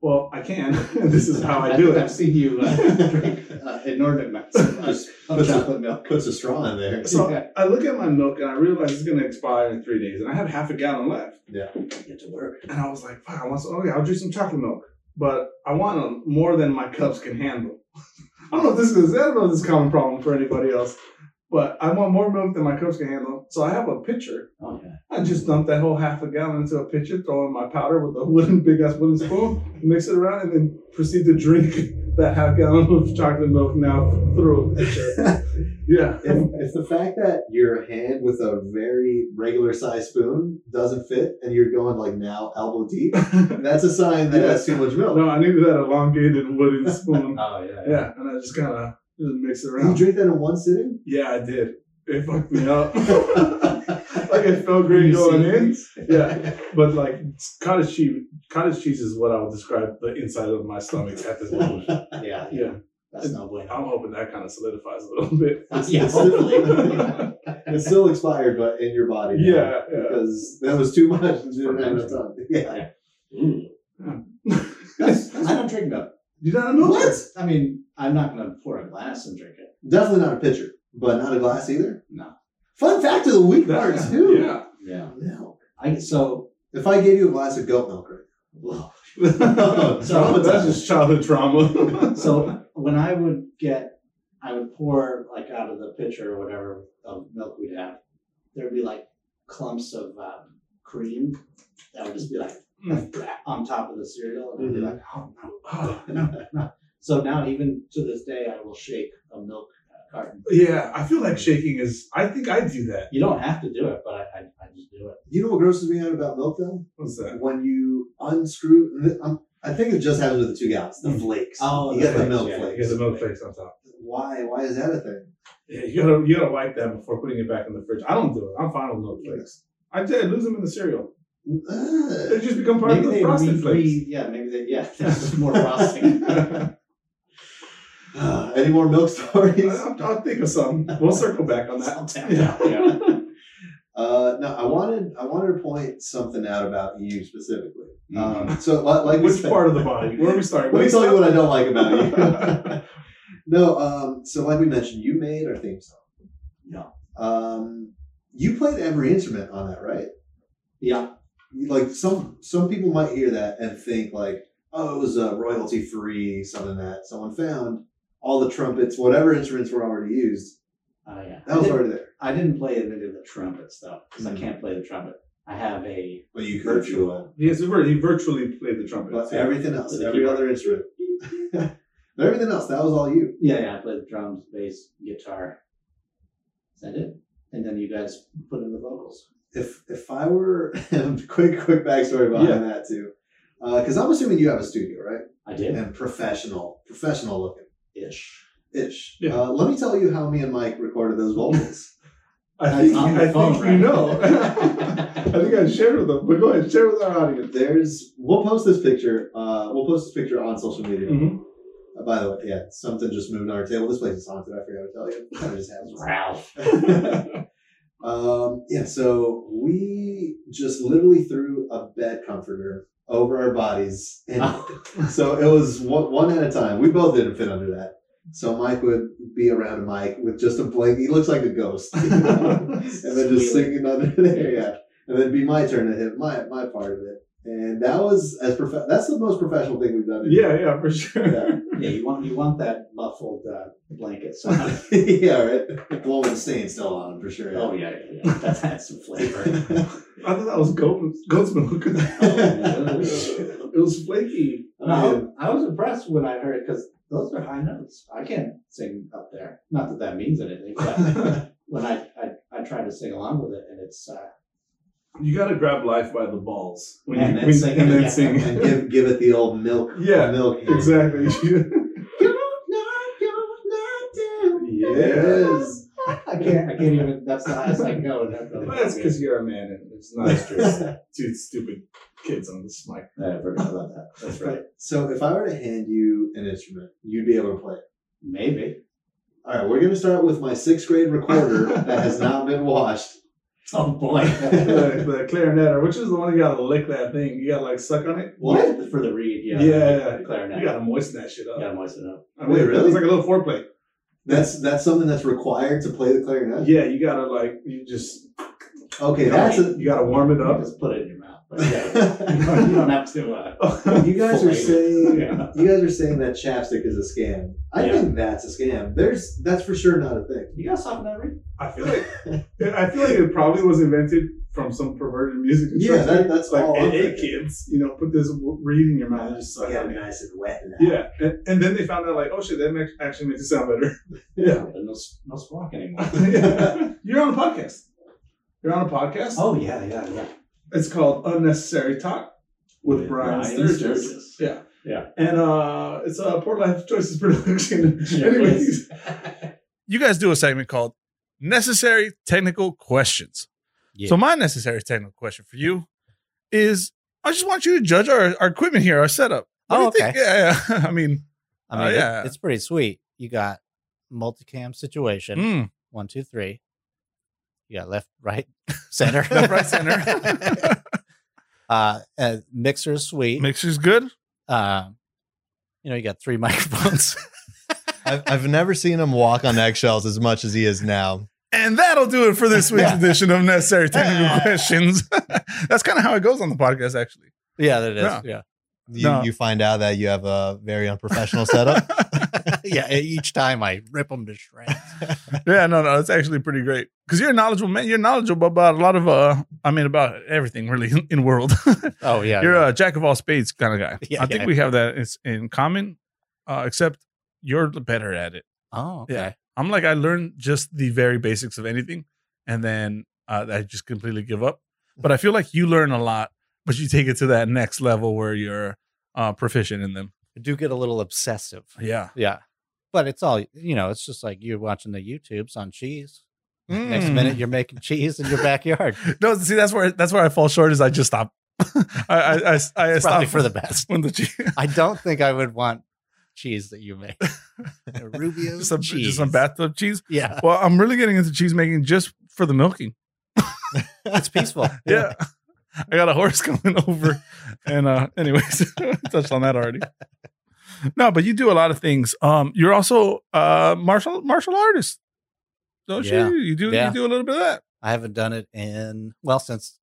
S2: Well, I can. this is how I do
S3: think
S2: it.
S3: I've seen you uh, drink uh, inordinate amounts of of
S5: Puts a-
S3: chocolate milk.
S5: Puts a straw in there.
S2: So
S3: Yeah.
S2: I look at my milk and I realize it's gonna expire in three days, and I have half a gallon left.
S3: Get to work.
S2: And I was like, "Fuck! I want some. Okay, I'll drink some chocolate milk, but I want them more than my cups can handle." I don't know if this is. I don't know if this is a common problem for anybody else, but I want more milk than my cups can handle. So I have a pitcher
S3: Oh yeah.
S2: I just dump that whole half a gallon into a pitcher, throw in my powder with a wooden big ass wooden spoon, mix it around, and then proceed to drink that half gallon of chocolate milk now through a pitcher. yeah.
S5: If, if the fact that your hand with a very regular size spoon doesn't fit and you're going like now elbow deep, that's a sign that that's too much milk.
S2: No, I needed that elongated wooden spoon.
S3: Oh yeah.
S2: Yeah, and I just kind of just mix it
S5: You
S2: around.
S5: drink that in one sitting?
S2: Yeah, I did. It fucked me up. like it felt great
S3: You
S2: going
S3: see
S2: in. Yeah, but like cottage cheese, cottage cheese is what I would describe the inside of my stomach at this moment.
S3: Yeah.
S2: Yeah.
S3: That's no bueno.
S2: I'm hoping that kind of solidifies a little bit.
S3: yeah. Hopefully.
S2: yeah,
S5: It's still expired, but in your body. now.
S2: yeah.
S5: Because that was too much. You didn't have enough time. Yeah.
S3: Mm.
S2: That's-
S3: I don't drink milk.
S2: you don't know
S3: What? I mean, I'm not gonna pour a glass and drink it.
S5: Definitely not a pitcher, but not a glass either.
S3: No.
S5: Fun fact of the week, part
S2: That-
S5: two.
S2: Yeah.
S3: Yeah.
S5: Milk.
S3: I so
S5: If I gave you a glass of goat milk right
S3: well,
S5: Trauma
S2: that's
S5: time.
S2: just childhood trauma.
S3: so when I would get, I would pour like out of the pitcher or whatever of milk we'd have. There'd be like clumps of um, cream that would just be like on top of the cereal, and I'd be
S5: Mhm.
S3: like, oh no,
S2: uh,
S3: oh no, no. So now even to this day, I will shake a milk uh, carton.
S2: yeah, I feel like shaking is. I think I do that.
S3: You don't have to do it, but I, I, I just do it.
S5: You know what grosses me out about milk though?
S2: What's that?
S5: When you unscrew, and th- I'm- I think it just happens with the two gallons, the
S2: Mm.
S5: flakes.
S3: Oh,
S5: you
S3: the
S5: get the
S3: flakes,
S5: milk
S3: yeah,
S2: You
S5: flakes.
S2: get the milk flakes on top.
S5: Why? Why is that a thing?
S2: Yeah, you gotta you gotta wipe that before putting it back in the fridge. I don't do it. I'm fine with milk flakes. I did lose them in the cereal. They
S5: Ugh.
S2: just become part of the frosted
S3: re-
S2: flakes.
S3: re- yeah, maybe they, yeah, there's just more frosting.
S5: Ah, any more milk stories?
S2: I'll, I'll think of some. We'll circle back on that.
S3: I'll tap
S2: Yeah.
S3: out, yeah.
S5: Uh, no, I wanted I wanted to point something out about you specifically.
S3: Mhm.
S5: Um, so, li- like we
S2: Which
S5: said-
S2: part of the body? Where are we starting?
S5: Let me
S2: Waist
S5: tell you
S2: up?
S5: what I don't like about you. no, um, so like we mentioned, you made our theme song.
S3: Yeah.
S5: Um, you played every instrument on that, right?
S3: Yeah.
S5: Like some some people might hear that and think like, oh, it was uh, royalty free, something that someone found. All the trumpets, whatever instruments were already used,
S3: Oh, yeah.
S5: that
S3: I
S5: was
S3: didn't-
S5: already there.
S3: I didn't play any of the trumpet stuff because
S2: Mm.
S5: Mhm.
S3: I can't play the trumpet. I have a
S5: But you could if you will.
S2: Yes, he vir- he virtually played the trumpet.
S5: But
S2: so-
S5: everything else,
S3: The
S5: every
S3: keyboard.
S5: other instrument, But everything else, that was all you.
S3: yeah, yeah. I played drums, bass, guitar. Is that it? And then you guys put in the vocals.
S5: If if I were quick quick backstory behind
S2: Yeah.
S5: that too, because I'm assuming you have a studio, right?
S3: I did
S5: and professional, professional looking
S3: ish.
S5: ish.
S2: Yeah.
S5: Uh, let me tell you how me and Mike recorded those vocals.
S2: I think,
S3: on the
S2: I
S3: phone,
S2: think
S3: right?
S2: you know. I think I shared with them, but go ahead, share with our audience.
S5: There's, we'll post this picture. Uh, we'll post this picture on social media.
S2: Mhm.
S5: Uh, by the way, yeah, something just moved on our table. This place is haunted. I forgot to tell you. Kind of just
S3: Ralph.
S5: happens. um, yeah, so we just literally threw a bed comforter over our bodies and
S3: Oh,
S5: So it was one, one at a time. We both didn't fit under that. So Mike would be around Mike with just a blank. He looks like a ghost, you know? and then just
S3: Squealing.
S5: singing under there. Yeah, and then be my turn to hit my my part of it. And that was as prof- That's the most professional thing we've done.
S2: Yeah, yeah, for sure.
S5: Yeah.
S3: Yeah, you want you want that muffled uh, blanket sound.
S5: yeah, right. Blowing stain still on him for sure.
S3: oh yeah, yeah, yeah. That's had some flavor.
S2: I thought that was goat, goat's milk. it was flaky.
S3: No, I was impressed when I heard it because those are high notes. I can't sing up there. Not that that means anything, but when I, I I try to sing along with it, and it's uh,
S2: You gotta grab life by the balls when
S3: And
S2: you
S3: then
S2: when-
S3: sing it,
S2: and then
S3: yeah.
S2: sing.
S5: and give give it the old milk.
S2: Yeah,
S5: milk. hand.
S2: exactly.
S5: Yes.
S3: I can't I can't even. That's the highest I can go. and that's the-
S2: Well, that's because you're a man and it's not just two stupid kids on this mic.
S3: I forgot about that. That's right.
S5: So if I were to hand you an instrument, you'd be able to play. it.
S3: Maybe.
S5: All right, we're going to start with my sixth grade recorder that has not been washed.
S3: Oh boy.
S2: the, the clarinet, or which is the one you gotta lick that thing. You gotta like suck on it.
S3: what for the reed? Yeah.
S2: Yeah.
S3: The clarinet.
S2: You
S3: You
S2: gotta moisten that shit up.
S3: gotta moisten up.
S2: I mean,
S5: Wait, really?
S2: It's like a little foreplay.
S5: That's that's something that's required to play the clarinet.
S2: Yeah, you gotta like you just
S5: Okay,
S2: you
S5: that's
S2: gotta,
S5: a.
S2: you gotta warm it
S3: You
S2: up.
S3: just put it in your mouth. But yeah. you don't you don't have to. Uh,
S5: you guys
S3: fillet
S5: are
S3: it.
S5: saying
S3: Yeah.
S5: you guys are saying that chapstick is a scam. I
S3: Yeah.
S5: think that's a scam. There's that's for sure not a thing.
S3: You gotta soften that reed.
S2: I feel like I feel like it probably was invented from some perverted music.
S5: Yeah,
S2: instructor.
S5: that, that's
S2: like
S5: all. I'm
S2: hey, hey,
S5: thinking.
S2: kids, you know, put this w- reed in your mouth and just suck
S5: Yeah,
S2: on it.
S5: nice and wet. and
S2: Yeah, and, and then they found out like, oh shit, that ma- actually makes it sound better. Yeah.
S3: And no, s- no squawk anymore.
S2: Yeah. You're on a podcast. You're on a podcast.
S3: oh yeah, yeah, yeah.
S2: It's called Unnecessary Talk with, Brian, Sturgis. Yeah.
S3: Yeah.
S2: And uh, it's a Port Life Choices production.
S3: Sure
S2: Anyways,
S6: you guys do a segment called Necessary Technical Questions.
S7: Yeah.
S6: So my necessary technical question for you is I just want you to judge our, our equipment here, our setup. What do
S7: Oh,
S6: you think?
S7: okay.
S6: Yeah, yeah. I mean,
S7: I
S6: Oh,
S7: mean, it-
S6: yeah.
S7: it's pretty sweet. You got multicam situation.
S6: mm,
S7: One, two, three. You got left, right, center.
S6: left, right, center.
S7: uh, uh, mixer is sweet.
S6: Mixer's good.
S7: uh, you know, you got three microphones.
S4: I've, I've never seen him walk on eggshells as much as he is now.
S6: And that'll do it for this week's
S7: Yeah.
S6: edition of Necessary Technical Questions. That's kind of how it goes on the podcast, actually.
S7: yeah, that is.
S6: No.
S7: Yeah.
S4: You,
S6: No.
S4: you find out that you have a very unprofessional setup.
S7: yeah. Each time I rip them to shreds.
S6: yeah, no, no, it's actually pretty great because you're a knowledgeable man. You're knowledgeable about a lot of, uh, I mean, about everything really in the world.
S7: Oh, yeah.
S6: you're
S7: yeah.
S6: a jack of all spades kind of guy.
S7: Yeah,
S6: I think
S7: yeah.
S6: we have that in, in common, uh, except you're better at it.
S7: oh, okay.
S6: yeah. I'm like I learned just the very basics of anything, and then uh, I just completely give up. But I
S7: Mm-hmm.
S6: feel like you learn a lot, but you take it to that next level where you're uh, proficient in them.
S7: I do get a little obsessive.
S6: Yeah.
S7: Yeah. But it's all, you know, it's just like you're watching the YouTubes on cheese. Next
S6: Mm.
S7: minute, you're making cheese in your backyard.
S6: No, see that's where that's where I fall short is I just stop. I I I, I
S7: It's probably
S6: stop
S7: for the best.
S6: when the cheese,
S7: I don't think I would want cheese that you make. Rubio's
S6: some
S7: cheese.
S6: just some bathtub cheese.
S7: Yeah,
S6: Well, I'm really getting into cheese making just for the milking.
S7: it's peaceful.
S6: yeah. I got a horse coming over. And uh anyways, touched on that already. No, but you do a lot of things. Um you're also uh martial martial artist. Don't
S7: Yeah.
S6: you? You do
S7: Yeah.
S6: you do a little bit of that.
S7: I haven't done it in well since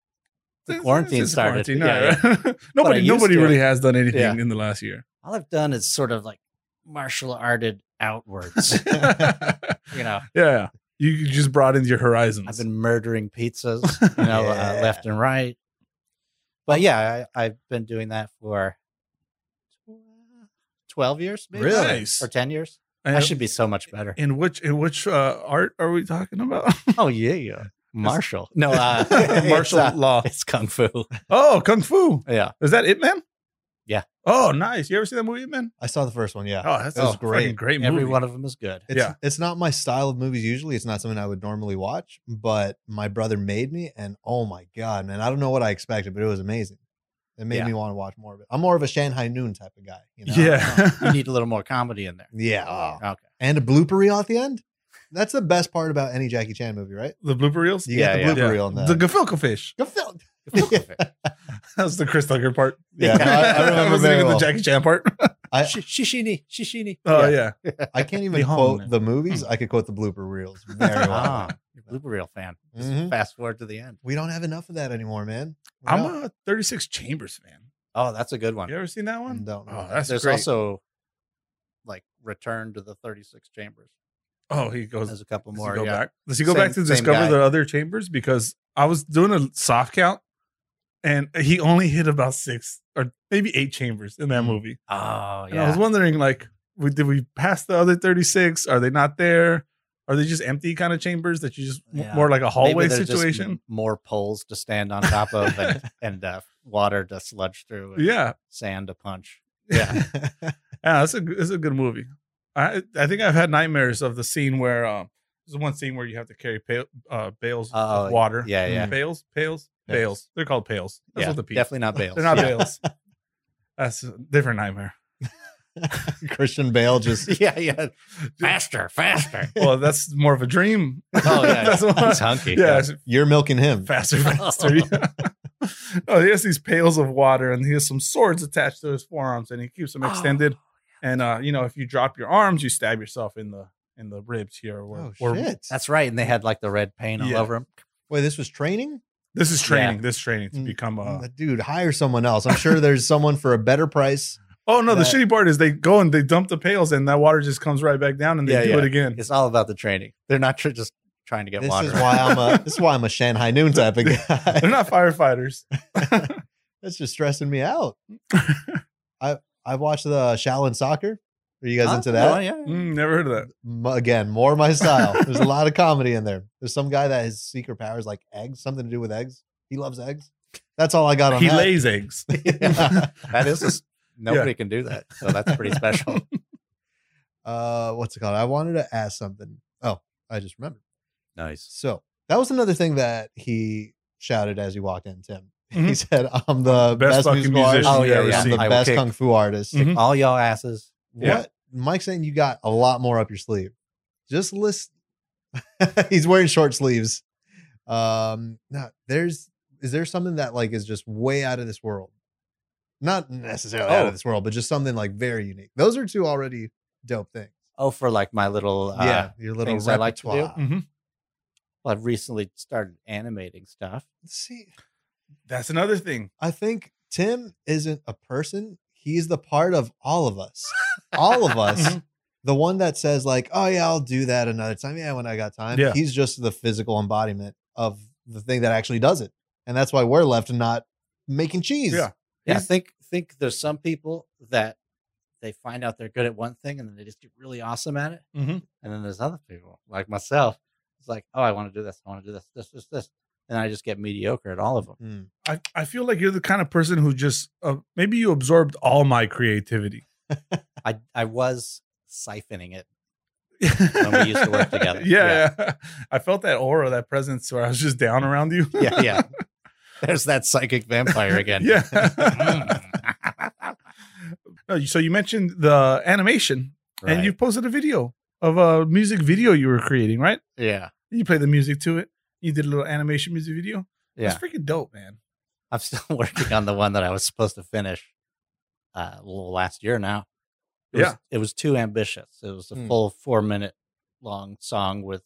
S7: the
S6: Since-
S7: quarantine
S6: since the
S7: started.
S6: quarantine,
S7: yeah, yeah.
S6: right? nobody
S7: used
S6: nobody
S7: to.
S6: really has done anything
S7: Yeah.
S6: in the last year.
S7: All I've done is sort of like martial arted outwards.
S6: yeah.
S7: you know,
S6: You you just broadened your horizons.
S7: I've been murdering pizzas, you know,
S4: Yeah.
S7: uh, left and right. But yeah, I, I've been doing that for twelve years, maybe
S4: Really?
S6: nice.
S7: or ten years.
S6: And-
S7: I should be so much better.
S6: in which in which uh, art are we talking about?
S7: Oh yeah, yeah. Martial. No, uh,
S6: Martial
S7: it's, uh,
S6: law.
S7: it's kung fu.
S6: Oh, kung fu.
S7: Yeah.
S6: Is that It Man?
S7: Yeah.
S6: Oh, nice. You ever seen that movie It Man?
S4: I saw the first one. Yeah,
S6: Oh, that's
S4: It was
S6: a
S4: great.
S6: great, great movie.
S7: Every one of them is good.
S4: it's,
S6: yeah.
S4: it's not my style of movies usually. It's not something I would normally watch, but my brother made me, and oh my god, man, I don't know what I expected, but it was amazing. It made
S7: Yeah.
S4: me want to watch more of it. I'm more of a Shanghai Noon type of guy. You know?
S6: yeah.
S7: You need a little more comedy in there.
S4: yeah. oh.
S7: Okay.
S4: and a blooper reel at the end. That's the best part about any Jackie Chan movie, right?
S6: the blooper reels.
S4: You
S7: Yeah,
S4: get
S7: yeah.
S4: the blooper reel in that.
S6: The gefilte fish.
S4: Go film.
S7: Good for you.
S6: That's the Chris Tucker part.
S4: Yeah, I, I
S6: I
S4: remember
S6: was thinking
S4: very well.
S6: the Jackie Chan part.
S4: I-
S7: Sh- Shishini, Shishini.
S6: Oh yeah.
S4: I can't even
S6: Be home,
S4: quote
S6: man.
S4: the movies. I could quote the blooper reels very well.
S7: Ah, you're a blooper reel fan. Just
S6: Mm-hmm.
S4: Mhm.
S7: fast forward to the end.
S4: We don't have enough of that anymore, man. We
S6: I'm
S4: don't.
S6: a 36 Chambers fan.
S7: Oh, that's a good one.
S6: You ever seen that one?
S4: Don't know
S6: Oh,
S4: that.
S6: that's
S7: There's
S6: great.
S7: also like Return to the 36 Chambers.
S6: oh, he goes.
S7: There's a couple
S6: Does
S7: more.
S6: he go
S7: yeah.
S6: back? Does he go back to
S7: Same- same
S6: discover
S7: guy.
S6: the other chambers? Because I was doing a soft count, and he only hit about six or maybe eight chambers in that movie.
S7: Oh,
S6: And I
S7: yeah.
S6: was wondering, like, w- did we pass the other thirty six? Are they not there? Are they just empty kind of chambers that you just m-
S7: Yeah.
S6: more like a
S7: Maybe
S6: hallway
S7: there's just
S6: situation?
S7: m- more poles to stand on top of and, and uh, water to sludge through and
S6: Yeah,
S7: sand to punch.
S6: yeah, yeah. That's a g- that's a good movie. I I think I've had nightmares of the scene where um, there's one scene where you have to carry pail, uh, bales
S7: Oh,
S6: of water. Mm-hmm.
S7: yeah, yeah.
S6: bales, pails,
S7: Yes.
S6: bales. They're called pails. That's
S7: yeah,
S6: what the P
S7: definitely not bales.
S6: They're not
S7: yeah.
S6: Bales. That's a different nightmare.
S4: Christian Bale just
S7: yeah, yeah. Faster, faster.
S6: Well, that's more of a dream.
S7: Oh yeah,
S6: that's what,
S7: it's hunky.
S6: yeah, it's
S4: you're milking him.
S6: faster, faster. yeah. oh, he has these pails of water, and he has some swords attached to his forearms, and he keeps
S7: Oh,
S6: them extended. And uh, you know, if you drop your arms, you stab yourself in the in the ribs here. Or,
S4: Oh
S6: or-
S4: shit!
S7: that's right. And they had like the red paint all
S6: Yeah.
S7: over them.
S4: Wait, this was training.
S6: this is training. This is training to
S4: Mm,
S6: become a.
S4: Dude, hire someone else. I'm sure there's someone for a better price.
S6: Oh no, the
S4: that-
S6: shitty part is they go and they dump the pails, and that water just comes right back down, and they
S7: Yeah,
S6: do
S7: yeah.
S6: it again.
S7: It's all about the training. They're not tr- just trying to get
S4: This
S7: water.
S4: is why I'm a this is why I'm a Shanghai Noon type of
S6: They're
S4: guy.
S6: not firefighters.
S4: That's just stressing me out. I I watched the Shaolin Soccer. Are you guys
S7: Huh?
S4: into that?
S7: Oh, yeah.
S6: Mm, never heard of that.
S4: M- again, more my style. There's a lot of comedy in there. There's some guy that his secret power is like eggs, something to do with eggs. He loves eggs. That's all I got on
S6: He
S4: that.
S6: lays eggs.
S7: that is just, nobody can do that. So that's pretty special.
S4: uh, what's it called? I wanted to ask something. Oh, I just remembered.
S7: nice.
S4: So that was another thing that he shouted as he walked in, Tim. He
S6: Mhm.
S4: said, "I'm the
S6: Best
S4: best,
S6: fucking
S4: musical
S6: musician
S4: artist.
S7: Oh, you yeah, ever yeah.
S4: I'm
S7: seen.
S4: the
S7: I will
S4: best
S7: kick.
S4: kung fu artist."
S6: Mhm.
S7: All y'all asses.
S6: Yeah.
S4: What Mike's saying, you got a lot more up your sleeve. Just list. He's wearing short sleeves. Um, no, there's is there something that like is just way out of this world? Not necessarily out
S7: Oh.
S4: of this world, but just something like very unique. Those are two already dope things.
S7: Oh, for like my little. Uh,
S4: yeah, your little
S7: things I like to do. Mm-hmm.
S4: repertoire.
S6: Mhm.
S7: Well, I've recently started animating stuff.
S4: See,
S6: That's another thing.
S4: I think Tim isn't a person. He's the part of all of us. All of us.
S6: Mhm.
S4: the one that says like, "Oh yeah, I'll do that another time." Yeah, when I got time.
S6: Yeah.
S4: He's just the physical embodiment of the thing that actually does it, and that's why we're left not making cheese.
S6: Yeah.
S7: Yeah, I
S6: He's-
S7: think think there's some people that they find out they're good at one thing and then they just get really awesome at it.
S6: Mhm.
S7: And then there's other people like myself. It's like, oh, I want to do this. I want to do this. This, this, this. And I just get mediocre at all of them.
S4: Hmm.
S6: I, I feel like you're the kind of person who just uh, maybe you absorbed all my creativity.
S7: I I was siphoning it.
S6: when
S7: we used to work together.
S6: Yeah, yeah. I felt that aura, that presence where I was just down around you.
S7: Yeah, yeah. there's that psychic vampire again.
S6: yeah.
S7: Mm.
S6: no, you- so you mentioned the animation
S7: Right.
S6: and you posted a video of a music video you were creating, right?
S7: yeah.
S6: You played the music to it. You did a little animation music video.
S7: Yeah.
S6: It's freaking dope, man.
S7: I'm still working on the one that I was supposed to finish uh well, last year now. It
S6: Yeah.
S7: Was, it was too ambitious. It was a
S4: Mm.
S7: full four minute long song with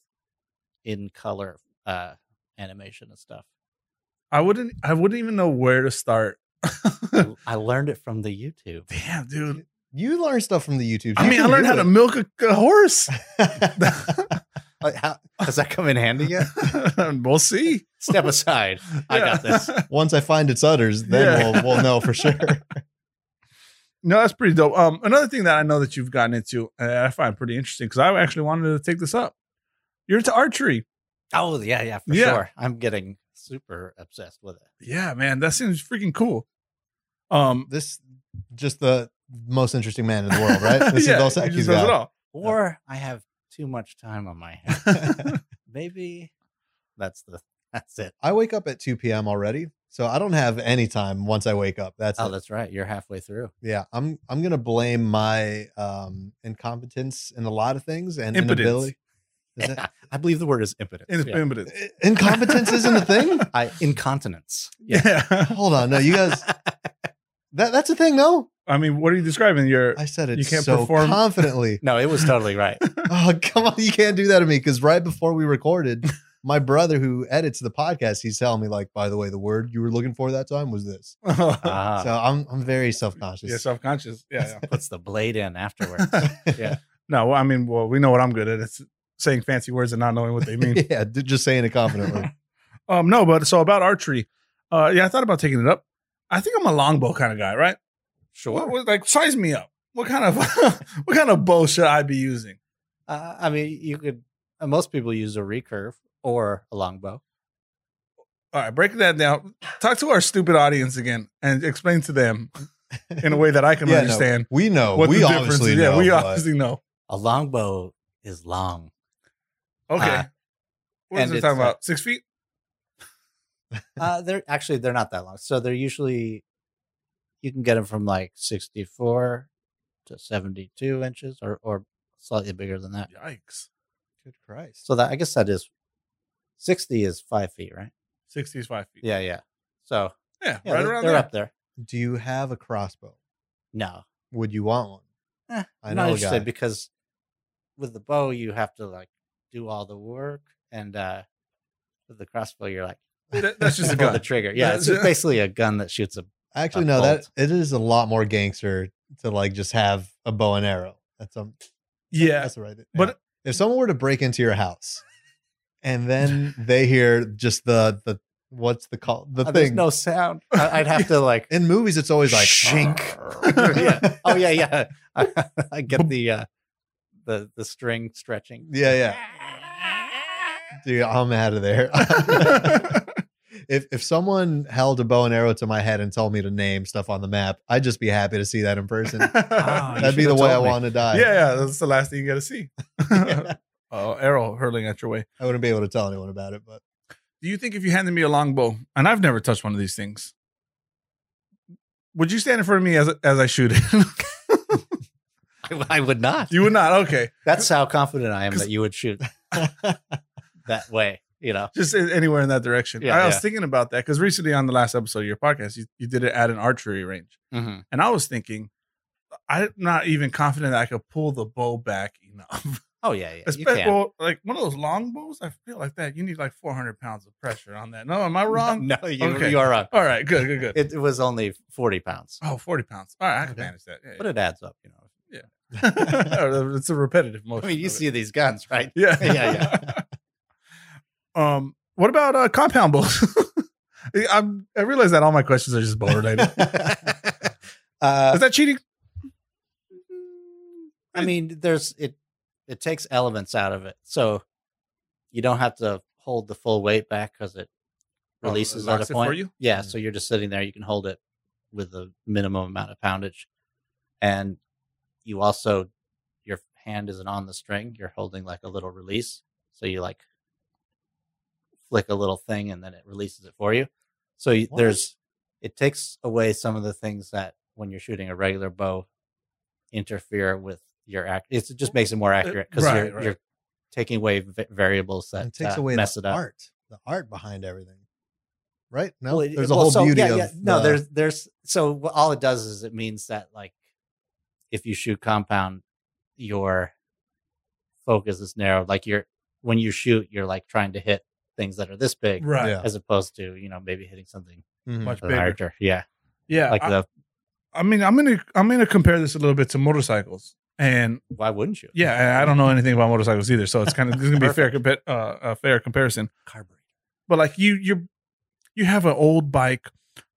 S7: in color uh animation and stuff.
S6: I wouldn't I wouldn't even know where to start.
S7: I- I learned it from the YouTube.
S6: Damn, dude.
S4: You learn stuff from the YouTube.
S6: I
S4: You
S6: mean, I
S4: can
S6: learned
S4: do
S6: how to milk a, a horse.
S4: it.
S7: Like, how- does that come in handy yet?
S6: we'll see.
S7: Step aside. I got
S6: Yeah.
S7: this.
S4: Once I find its udders, then
S6: Yeah.
S4: we'll we'll know for sure.
S6: No, that's pretty dope. Um, another thing that I know that you've gotten into, and I find pretty interesting because I actually wanted to take this up. You're into archery.
S7: Oh yeah, yeah, for
S6: Yeah.
S7: sure. I'm getting super obsessed with it.
S6: Yeah, man, that seems freaking cool. Um,
S4: this just the most interesting man in the world, right? This
S6: yeah,
S4: is Dos
S6: he
S4: Equis
S6: just does it
S4: guy.
S6: all.
S7: Or I have too much time on my hands. Maybe that's the that's it.
S4: I wake up at 2 p.m. already, so I don't have any time once I wake up. That's
S7: Oh,
S4: it.
S7: that's right. You're halfway through.
S4: yeah. I'm I'm gonna blame my um incompetence in a lot of things and
S6: Impotence.
S4: inability. Is that-
S7: I believe the word is impotence.
S6: In-
S7: yeah.
S6: in- in-
S4: incompetence isn't a thing.
S7: I, incontinence.
S6: Yeah.
S4: Hold on, no, you guys. That that's a thing, no.
S6: I mean, what are you describing? Your
S4: I said it
S6: You can't
S4: so
S6: perform-
S4: confidently.
S7: No, it was totally right.
S4: oh, come on, you can't do that to me because right before we recorded, my brother who edits the podcast, he's telling me like, by the way, the word you were looking for that time was this.
S7: Ah,
S4: So I'm I'm very self conscious.
S6: yeah, self conscious. Yeah,
S7: puts the blade in afterward.
S6: yeah.
S7: Yeah.
S6: No, well, I mean, well, we know what I'm good at. It's saying fancy words and not knowing what they mean.
S4: yeah, d- just saying it confidently.
S6: um, no, but so about archery. Uh, yeah, I thought about taking it up. I think I'm a longbow kind of guy, right? What,
S7: Sure.
S6: what- like size me up. What kind of what kind of bow should I be using?
S7: Uh, I mean, you could. Uh, most people use a recurve or a longbow.
S6: All right, break that down. Talk to our stupid audience again and explain to them in a way that I can
S4: Yeah, no,
S6: understand
S4: we know.
S6: what
S4: we
S6: the difference
S4: obviously
S6: is.
S4: know.
S6: yeah, we
S4: but-
S6: obviously know.
S7: A longbow is long.
S6: Okay.
S7: Uh,
S6: what is
S7: and
S6: it
S7: it's,
S6: talking
S7: uh,
S6: about? Six feet?
S7: Uh, they're actually they're not that long. So they're usually you can get them from like sixty four to seventy two inches, or or slightly bigger than that.
S6: Yikes.
S4: Good Christ.
S7: So that I guess that is sixty is five feet, right?
S6: 60 is five feet.
S7: Yeah, yeah. So
S6: Yeah,
S7: yeah,
S6: right
S7: they're,
S6: around
S7: they're
S6: there.
S7: up there.
S4: Do you have a crossbow?
S7: No,
S4: Would you want one?
S7: Eh,
S4: I
S7: I'm
S4: know
S7: not
S4: a guy.
S7: interested because with the bow you have to like do all the work, and uh with the crossbow you're like
S6: That- that's just a
S7: pull the
S6: gun.
S7: trigger. Yeah, it's just basically a gun that shoots a.
S4: Actually,
S7: a
S4: no. That
S7: bolt.
S4: it is a lot more gangster to like just have a bow and arrow. That's um.
S6: Yeah.
S4: That's right.
S6: But-
S4: Yeah. if someone were to break into your house, and then they hear just the the what's the call the
S7: Uh, there's
S4: thing
S7: no sound. I, I'd have to like "Oh."
S4: in movies, it's always like
S7: yeah. Oh yeah, yeah. I, I get the uh, the the string stretching.
S4: Yeah, yeah. Dude, I'm out of there. if if someone held a bow and arrow to my head and told me to name stuff on the map, I'd just be happy to see that in person.
S7: Oh, you
S4: That'd be the
S7: should've
S4: way I
S7: told me.
S4: want to die.
S6: yeah, yeah, that's the last thing you got to see. Oh, arrow hurling at your way.
S4: I wouldn't be able to tell anyone about it, but
S6: Do you think if you handed me a longbow, and I've never touched one of these things, would you stand in front of me as as I shoot it?
S7: I would not.
S6: you would not. Okay,
S7: That's how confident I am
S6: 'Cause-
S7: that you would shoot that way. You know.
S6: just a- anywhere in that direction.
S7: Yeah,
S6: I was
S7: yeah.
S6: thinking about that because recently on the last episode of your podcast, you, you did it at an archery range,
S7: Mhm.
S6: and I was thinking, I'm not even confident that I could pull the bow back enough.
S7: Oh yeah, yeah. You
S6: Especially
S7: can.
S6: well, like one of those long bows. I feel like that you need like 400 pounds of pressure on that. No, am I wrong?
S7: No, you,
S6: Okay.
S7: you are wrong.
S6: All right, good, good, good.
S7: It, it was only forty pounds,
S6: Oh, 40 pounds. All right, I can
S4: Okay.
S6: manage that. Yeah,
S7: but it adds up. You know.
S6: yeah. it's a repetitive
S7: I
S6: motion.
S7: mean, you
S6: of it.
S7: see these guns, right?
S6: Yeah.
S7: Yeah,
S6: yeah. um, what about uh, compound bows? I'm, I realize that all my questions are just bow related.
S7: Uh,
S6: Is that cheating?
S7: I mean, there's it. It takes elements out of it, so you don't have to hold the full weight back because it
S6: Oh, it
S7: releases at
S6: locks
S7: a
S6: it for
S7: point.
S6: you? Mm-hmm.
S7: Yeah, so you're just sitting there. You can hold it with a minimum amount of poundage, and you also your hand isn't on the string. You're holding like a little release, so you like flick a little thing, and then it releases it for you. So you,
S4: What?
S7: there's it takes away some of the things that when you're shooting a regular bow interfere with your act. It's, it just makes it more accurate because
S6: Uh, right,
S7: you're,
S6: right.
S7: you're taking away v- variables that
S4: it takes
S7: uh,
S4: away
S7: mess
S4: the
S7: it up.
S4: art, the art behind everything. Right? No,
S7: Well, it-
S4: there's a
S7: well,
S4: whole
S7: so,
S4: beauty
S7: yeah,
S4: of
S7: yeah, no.
S4: the-
S7: There's there's so wh- all it does is it means that like if you shoot compound, your focus is narrowed. Like you're when you shoot, you're like trying to hit things that are this big
S6: Right.
S4: Yeah.
S7: as opposed to you know maybe hitting something
S4: Mhm.
S6: Much bigger.
S7: larger. Yeah,
S6: Yeah.
S7: like
S6: I,
S7: the
S6: I mean, I'm gonna I'm gonna compare this a little bit to motorcycles, and
S7: why wouldn't you?
S6: yeah, and I don't know anything about motorcycles either, so it's kind of this is gonna be a fair compa- uh, a fair comparison.
S7: carburetor.
S6: but like you you you have an old bike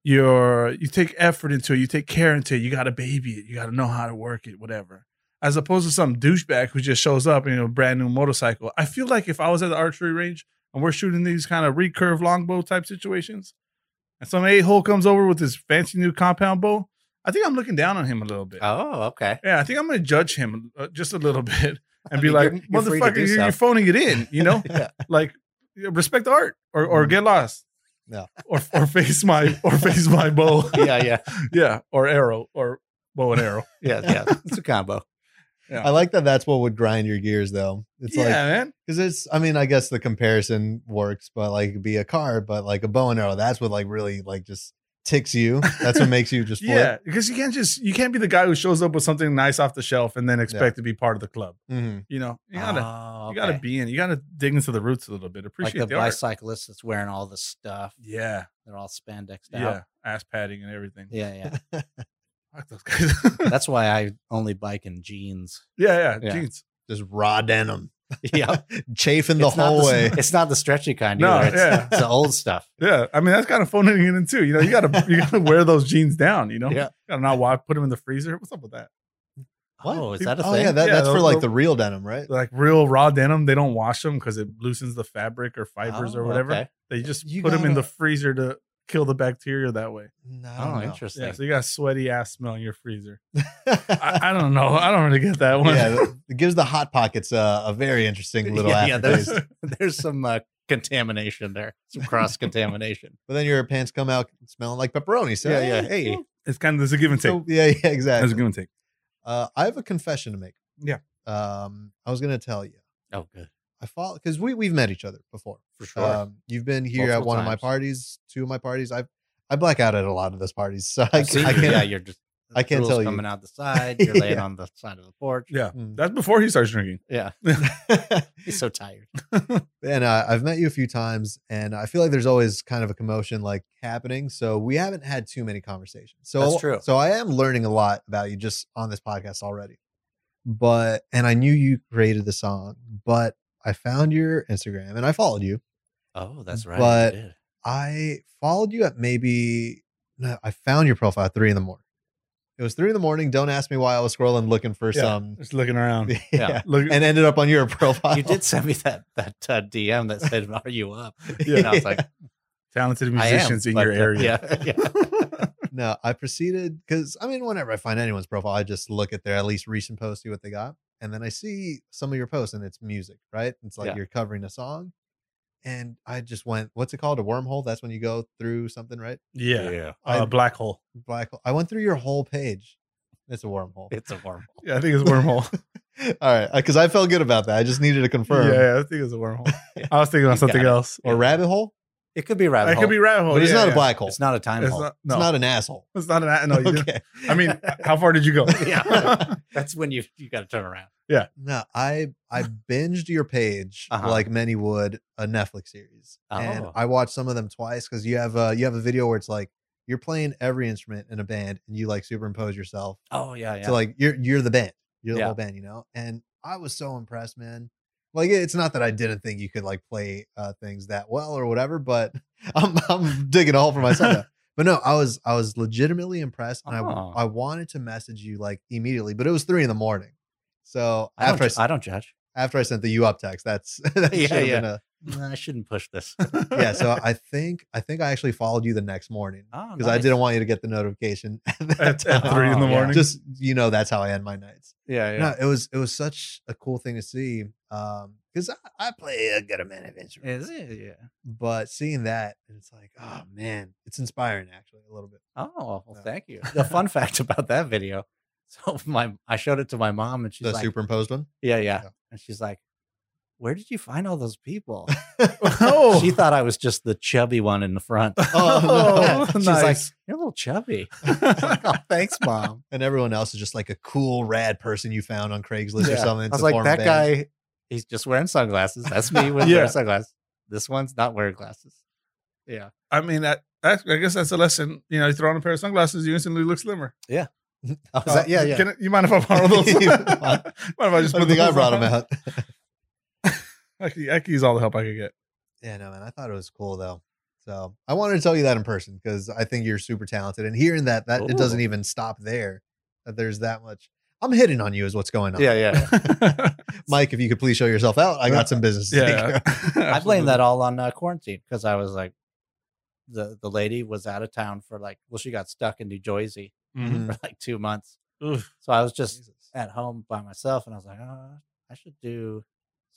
S6: you're you take effort into it you take care into it you gotta baby it you gotta know how to work it whatever as opposed to some douchebag who just shows up in a brand new motorcycle i feel like if i was at the archery range and we're shooting these kind of recurve longbow type situations and some a-hole comes over with his fancy new compound bow i think i'm looking down on him a little bit
S7: Oh, okay.
S6: yeah i think i'm gonna judge him uh, just a little bit and
S7: I
S6: be
S7: mean,
S6: like
S7: you're- you're free to
S6: motherfucker
S7: do
S6: you're,
S7: so."
S6: you're phoning it in you know
S7: yeah. Mm-hmm.
S6: like respect the art or or
S4: Mhm.
S6: get lost
S4: Yeah.
S6: or or face my or face my bow
S7: yeah, yeah,
S6: yeah or arrow or bow and arrow
S7: yeah, yeah. It's a combo.
S4: I like that that's what would grind your gears though. It's
S6: yeah
S4: like
S6: man
S4: Because it's, I mean, I guess the comparison works, but like it'd be a car, but like a bow and arrow, that's what like really like just ticks you. That's what makes you just flip.
S6: Yeah, because you can't just you can't be the guy who shows up with something nice off the shelf and then expect to be part of the club.
S7: Mm.
S4: hmm
S6: You know, you gotta
S7: Oh,
S6: you gotta
S7: okay.
S6: be in. You gotta dig into the roots a little bit.
S7: like
S6: Appreciate
S7: the,
S6: the, art.
S7: bicyclist that's wearing all the stuff.
S6: Yeah,
S7: They're all spandexed
S6: yeah,
S7: out.
S6: ass padding and everything.
S7: Yeah, yeah.
S6: Fuck those guys.
S7: That's why I only bike in jeans.
S6: yeah, yeah,
S7: Yeah.
S6: jeans.
S4: Just raw denim.
S7: Yeah,
S4: Chafing the hallway.
S7: it's not the stretchy kind.
S6: No,
S7: either. It's,
S6: yeah.
S7: it's the old stuff.
S6: Yeah, I mean that's kind of phoning it in too. You know, you gotta you gotta wear those jeans down. You know,
S7: Yeah.
S6: You gotta not walk, put them in the freezer. What's up with that?
S4: What?
S7: Oh, is that a
S4: oh
S7: thing?
S4: yeah, that,
S6: Yeah,
S4: that's
S6: the-
S4: for like
S6: the-
S4: the real denim, right?
S6: Like real raw denim, they don't wash them because it loosens the fabric or fibers or
S7: Oh,
S6: whatever.
S7: okay.
S6: They just
S4: You
S6: put them in the
S4: gotta-
S6: freezer to kill the bacteria that way.
S4: No, I
S7: Oh,
S4: don't know.
S7: interesting.
S6: Yeah, so you got sweaty ass smell in your freezer. I, I don't know. I don't really get that one.
S4: yeah, that- it gives the hot pockets uh, a very interesting little
S7: yeah,
S4: yeah,
S7: yeah, there's there's some uh, contamination there, some cross contamination.
S4: But then your pants come out smelling like pepperoni. So
S7: Yeah, yeah,
S4: eh,
S7: hey.
S6: it's kind of there's a give and take.
S4: so- yeah, yeah,
S6: There's a
S4: exactly.
S6: give and take.
S4: Uh, I have a confession to make.
S6: Yeah.
S4: Um, I was gonna tell you.
S7: Oh, good
S4: I follow because we we've met each other before.
S7: for sure.
S4: Um, you've been here at
S7: Multiple
S4: one of my
S7: times.
S4: parties, two of my parties. I I black out at a lot of those parties, so I,
S7: I,
S4: I
S7: see you.
S4: can't.
S7: Yeah, you're just
S4: I can't
S7: drool's
S4: tell you.
S7: coming out the side. You're laying
S4: Yeah.
S7: on the side of the porch.
S6: Yeah,
S4: Mm.
S6: that's before he starts drinking.
S7: Yeah, he's so tired.
S4: and uh, I've met you a few times, and I feel like there's always kind of a commotion like happening. So we haven't had too many conversations. So
S7: That's true.
S4: So I am learning a lot about you just on this podcast already. But and I knew you created the song, but I found your Instagram and I followed you.
S7: Oh, that's right. you
S4: But-
S7: did.
S4: I followed you at maybe no, I found your profile at three in the morning. It was three in the morning. Don't ask me why I was scrolling looking for
S6: Yeah.
S4: some.
S6: Just looking around.
S4: Yeah.
S6: Look,
S4: And ended up on your profile.
S7: you did send me that that uh, DM that said, "Are you up?"
S4: Yeah.
S7: And I was like,
S6: talented
S7: "I am."
S6: musicians in
S7: but,
S6: your
S7: uh,
S6: area.
S7: Yeah, yeah.
S4: no, I proceeded because I mean, whenever I find anyone's profile, I just look at their at least recent posts, see what they got, and then I see some of your posts, and it's music, right? It's like
S7: Yeah.
S4: you're covering a song, and I just went, "What's it called? A wormhole?" That's when you go through something, right?
S6: Yeah.
S4: I-
S6: Uh, black hole.
S4: Black. hole. I went through your whole page. It's a wormhole.
S7: It's a wormhole.
S6: Yeah, I think it's a wormhole.
S4: All right, because I felt good about that. I just needed to confirm.
S6: Yeah, I think it's a wormhole. I was thinking
S7: You
S6: about something
S7: got it.
S6: else.
S4: Or rabbit hole,
S7: It could be a rabbit
S6: It
S7: hole.
S6: could be rabbit hole.
S4: but it's
S6: Oh, yeah,
S4: not
S6: yeah.
S4: a black hole.
S7: It's not a time
S6: It's
S7: hole.
S6: not. No,
S4: It's not an asshole.
S6: it's not an. No, you didn't.
S4: okay.
S6: I mean, how far did you go?
S7: Yeah. That's when you you got to turn around.
S4: No, I I binged your page
S7: Uh-huh.
S4: like many would a Netflix series, and
S7: Oh.
S4: I watched some of them twice because you have a you have a video where it's like you're playing every instrument in a band and you like superimpose yourself.
S7: Oh yeah, yeah.
S4: So like you're you're the band, you're the
S7: Yeah.
S4: whole band, you know. And I was so impressed, man. Like it's not that I didn't think you could like play uh, things that well or whatever, but I'm I'm digging a hole for myself. now. But no, I was I was legitimately impressed, and
S7: Oh.
S4: I I wanted to message you like immediately, but it was three in the morning. So
S7: I don't,
S4: after I,
S7: ju- I don't judge.
S4: after I sent the you up text. That's that
S7: Yeah,
S4: should have
S7: yeah.
S4: been a
S7: Nah, I shouldn't push this. Oh,
S4: yeah. So I think I think I actually followed you the next morning
S7: Oh,
S4: because I didn't want you to get the notification at that
S6: at, at
S4: time.
S6: three in the
S7: Oh, yeah.
S6: morning.
S4: Just you know, that's how I end my nights.
S7: Yeah, yeah.
S4: No, it was it was such a cool thing to see because I, I play a good amount of instruments,
S7: Is it? Yeah.
S4: but seeing that it's like oh man, it's inspiring actually a little bit.
S7: Oh, well,
S4: No.
S7: thank you. The fun fact about that video. So my I showed it to my mom and she's
S4: the
S7: like,
S4: superimposed one.
S7: yeah, yeah,
S4: Yeah.
S7: and she's like, where did you find all those people?
S6: oh,
S7: She thought I was just the chubby one in the front.
S4: Oh,
S7: She's like,
S6: nice.
S7: you're a little chubby. I was like, oh, thanks, mom.
S4: And everyone else is just like a cool rad person you found on Craigslist or
S7: Yeah.
S4: something.
S7: I was
S4: to
S7: like,
S4: form a
S7: that
S4: band."
S7: guy, he's just wearing sunglasses. That's me with
S6: Yeah.
S7: wearing sunglasses. This one's not wearing glasses. Yeah.
S6: I mean, that, that, I guess that's a lesson. You know, you throw on a pair of sunglasses, you instantly look slimmer. Uh,
S7: I was like, yeah, yeah.
S6: Can I- you mind if I borrow those?
S4: You
S6: mind
S4: mind?
S6: if I just
S4: Oh, I
S6: put
S4: think I
S6: those
S4: brought him
S6: on?
S4: out.
S6: I could, I could use all the help I could get.
S4: Yeah, no, man. I thought it was cool though. So I wanted to tell you that in person because I think you're super talented. And hearing that, that it doesn't
S7: Ooh.
S4: even stop there. That there's that much. I'm hitting on you is what's going on.
S7: Yeah, yeah.
S4: Mike, if you could please show yourself out. I got some business. To take care
S6: yeah,
S4: of.
S7: I blame that all on uh, quarantine because I was like, the the lady was out of town for like, well, she got stuck in New Jersey
S6: Mhm.
S7: for like two months.
S6: Oof.
S7: So I was just at home by myself, and I was like, oh, I should do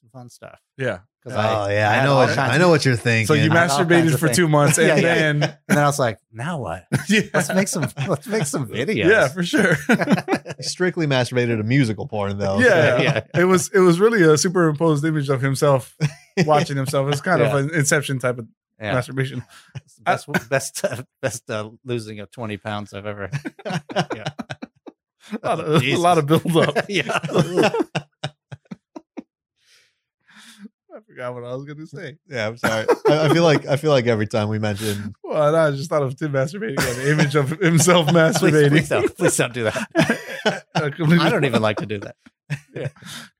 S7: some fun stuff
S6: Yeah.
S7: because I.
S4: Oh yeah, I
S7: had
S4: know.
S7: all
S4: What,
S7: kinds
S4: I
S7: of-
S4: know what you're thinking.
S6: So you
S7: I had all kinds
S6: masturbated
S7: of
S6: for
S7: things.
S6: two months and
S7: Yeah, yeah.
S6: then
S7: And then I was like, now what?
S6: yeah.
S7: Let's make some. Let's make some videos.
S6: Yeah, for sure.
S4: strictly masturbated to musical porn though.
S6: yeah.
S7: yeah.
S6: it was it was really a superimposed image of himself watching himself. It's kind of an Inception type of
S7: Yeah.
S6: masturbation.
S7: It's the best best uh, best uh, losing of twenty pounds I've ever.
S6: A lot of, a lot of build up.
S7: yeah.
S6: I forgot what I was gonna say.
S4: Yeah, I'm sorry. I, I feel like I feel like every time we mention
S6: Well, no, I just thought of Tim masturbating on the image of himself
S7: please, please
S6: masturbating.
S7: don't please don't do that.
S6: I completely-
S7: I don't even like to do that.
S6: yeah.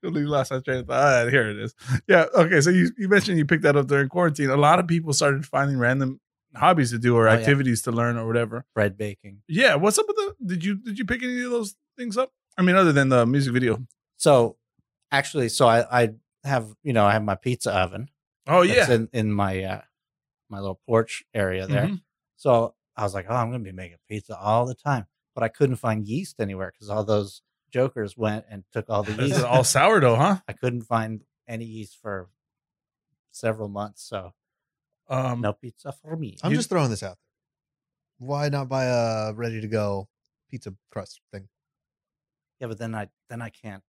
S6: Completely lost my train of thought. All right, here it is. Yeah. Okay. So you, you mentioned you picked that up during quarantine. A lot of people started finding random hobbies to do or
S7: Oh, yeah.
S6: activities to learn or whatever.
S7: Bread baking.
S6: Yeah. What's up with the? Did you did you pick any of those things up? I mean, other than the music video.
S7: So actually, so I I have you know I have my pizza oven.
S6: Oh
S7: that's
S6: yeah.
S7: in in my uh, my little porch area there.
S6: Mhm.
S7: So I was like, oh, I'm going to be making pizza all the time. But I couldn't find yeast anywhere because all those jokers went and took all the
S6: This
S7: yeast.
S6: is all sourdough, huh?
S7: I couldn't find any yeast for several months. So
S6: Um,
S7: no pizza for me.
S4: I'm
S6: You-
S4: just throwing this out there. Why not buy a ready to go pizza crust thing?
S7: Yeah, but then I then I can't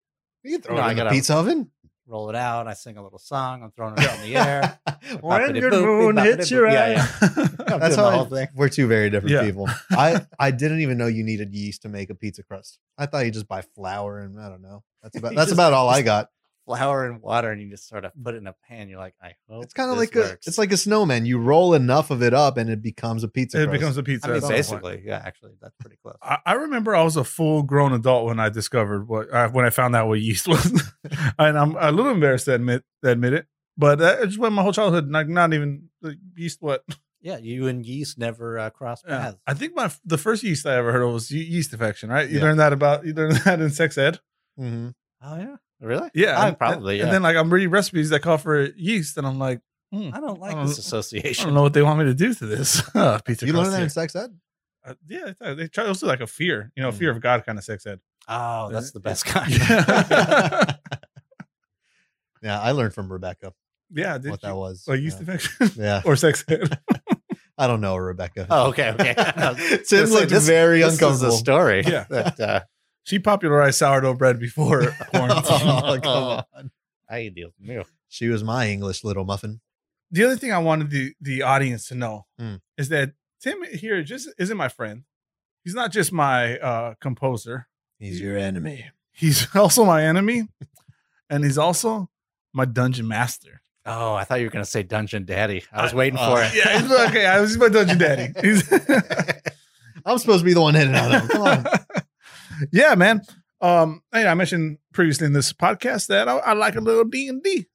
S4: You can throw
S7: No,
S4: it
S7: I
S4: in the
S7: gotta-
S4: pizza oven.
S7: roll it out. I sing a little song. I'm throwing it up in the air.
S4: when your
S7: Boppity-boop,
S4: moon
S7: boppity-boop.
S4: hits your
S7: Yeah,
S4: eye.
S7: yeah. I'm
S4: That's
S7: doing
S4: how
S7: the
S4: I-
S7: whole thing.
S4: we're two very different
S6: Yeah.
S4: people. I I didn't even know you needed yeast to make a pizza crust. I thought you just buy flour and I don't know. That's about
S7: You
S4: that's
S7: just-
S4: about all I got.
S7: Flour and water, and you just sort of put it in a pan. You're like, I hope
S4: It's kind of like
S7: this works.
S4: a it's like a snowman. You roll enough of it up and it becomes a pizza.
S6: it
S4: crust.
S6: becomes a pizza.
S7: I mean,
S6: at some point.
S7: basically, yeah. Actually, that's pretty close.
S6: I I remember I was a full grown adult when I discovered what uh, when I found out what yeast was, and I'm a little embarrassed to admit to admit it. But that just went my whole childhood, like not even like, yeast. What?
S7: Yeah, you and yeast never uh, cross
S6: Yeah.
S7: paths.
S6: I think my the first yeast I ever heard of was ye- yeast infection. Right? You
S4: Yeah.
S6: learned that about you learned that in sex ed.
S4: Mhm.
S7: Oh yeah, really?
S6: Yeah,
S7: Oh,
S6: and- And,
S7: probably. yeah.
S6: and then like I'm reading recipes that call for yeast, and I'm like, hmm,
S7: I don't like
S6: I
S7: this
S6: don't- I
S7: association.
S6: don't know what they want me to do to this Ah, pizza.
S4: You learn
S6: crust
S4: that
S6: here.
S4: in sex ed?
S6: Uh, yeah, they- they try also like a fear, you know,
S4: Hmm.
S6: fear of God kind of sex ed.
S7: Oh, that's the best kind.
S6: yeah,
S4: Yeah, I learned from Rebecca
S6: yeah did
S4: what that
S6: you-
S4: was.
S6: Like yeast
S4: yeah.
S6: infection
S4: Yeah.
S6: or sex ed.
S4: I don't know Rebecca.
S7: oh, okay, okay.
S4: Tim
S7: It's
S4: looked very
S7: this
S4: uncomfortable.
S7: Is a story.
S6: Yeah.
S7: That, uh,
S6: She popularized sourdough bread before quarantine.
S4: Oh, come on.
S7: I deal with you.
S4: She was my English little muffin.
S6: the other thing I wanted the, the audience to know
S4: Mm.
S6: is that Tim here just isn't my friend. He's not just my uh, composer.
S4: He's your enemy.
S6: He's also my enemy, and he's also my dungeon master. uh,
S7: Oh, I thought you were going to say Dungeon Daddy. I was waiting for it.
S6: Yeah, he's okay. I was my dungeon daddy. He's-
S4: I'm supposed to be the one hitting on him. Come on.
S6: yeah, man. Um, hey, I mentioned previously in this podcast that I, I like a little D and D.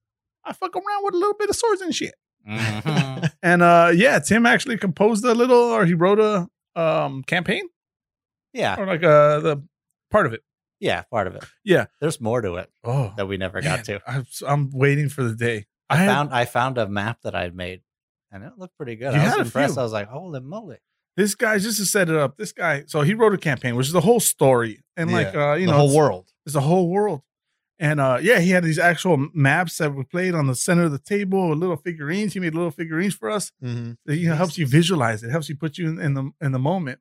S6: I fuck around with a little bit of swords and shit.
S7: Mhm.
S6: And uh yeah, Tim actually composed a little or he wrote a um campaign
S7: Yeah,
S6: or like uh the part of it.
S7: yeah, part of it.
S6: Yeah.
S7: there's more to it
S6: Oh.
S7: that we never got to.
S6: I'm, s- I'm waiting for the day. I
S7: I
S6: had-
S7: found I found a map that I had made, and it looked pretty good.
S6: You
S7: I was
S6: had a
S7: impressed.
S6: few.
S7: I was like, holy moly!
S6: this guy just to set it up. This guy, so he wrote a campaign, which is the whole story and like uh you
S4: the
S6: know
S4: whole
S6: it's,
S4: world.
S6: it's the whole world. And uh yeah, he had these actual maps that were played on the center of the table with little figurines. He made little figurines for us.
S4: Mm-hmm.
S6: It you know, helps you visualize. It helps you put you in, in the in the moment.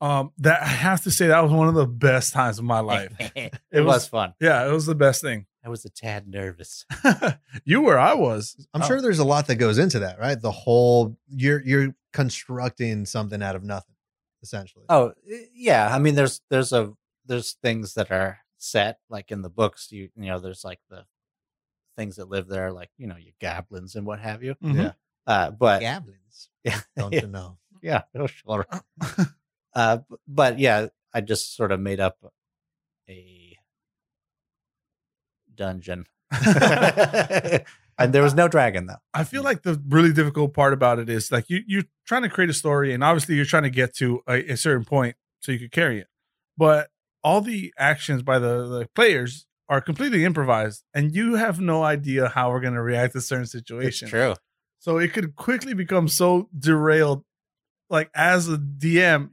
S6: Um, that I have to say, that was one of the best times of my life.
S7: it
S6: It was-
S7: was fun.
S6: Yeah, it was the best thing.
S7: I was a tad nervous.
S6: you were, I was.
S4: I'm
S6: Oh.
S4: sure there's a lot that goes into that, right? The whole you're you're constructing something out of nothing, essentially.
S7: Oh y- yeah, I mean there's there's a there's things that are set like in the books. You you know there's like the things that live there, like you know your goblins and what have you.
S6: Mhm.
S7: Uh, but yeah,
S4: goblins. Don't you know?
S7: yeah, no, sure. uh, b- but yeah, I just sort of made up a dungeon, and there was no dragon though.
S6: I feel like the really difficult part about it is like you you're trying to create a story, and obviously you're trying to get to a, a certain point so you could carry it. But all the actions by the, the players are completely improvised, and you have no idea how we're going to react to certain
S7: It's
S6: situations.
S7: true.
S6: So it could quickly become so derailed, like as a DM,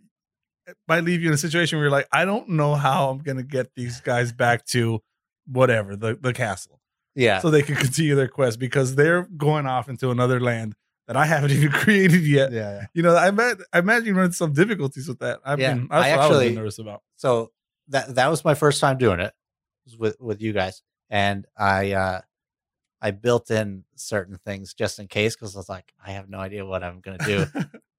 S6: it might leave you in a situation where you're like, I don't know how I'm gonna get these guys back to whatever the, the castle,
S7: Yeah.
S6: so they can continue their quest because they're going off into another land that I haven't even created
S4: Yeah,
S6: yet.
S4: yeah.
S6: You know, I met, I imagine you run into some difficulties with that. I've
S7: Yeah,
S6: been, that's
S7: I
S6: what I was
S7: actually-
S6: nervous about.
S7: so that that was my first time doing it was with with you guys and i uh I built in certain things just in case because I was like, I have no idea what I'm gonna do.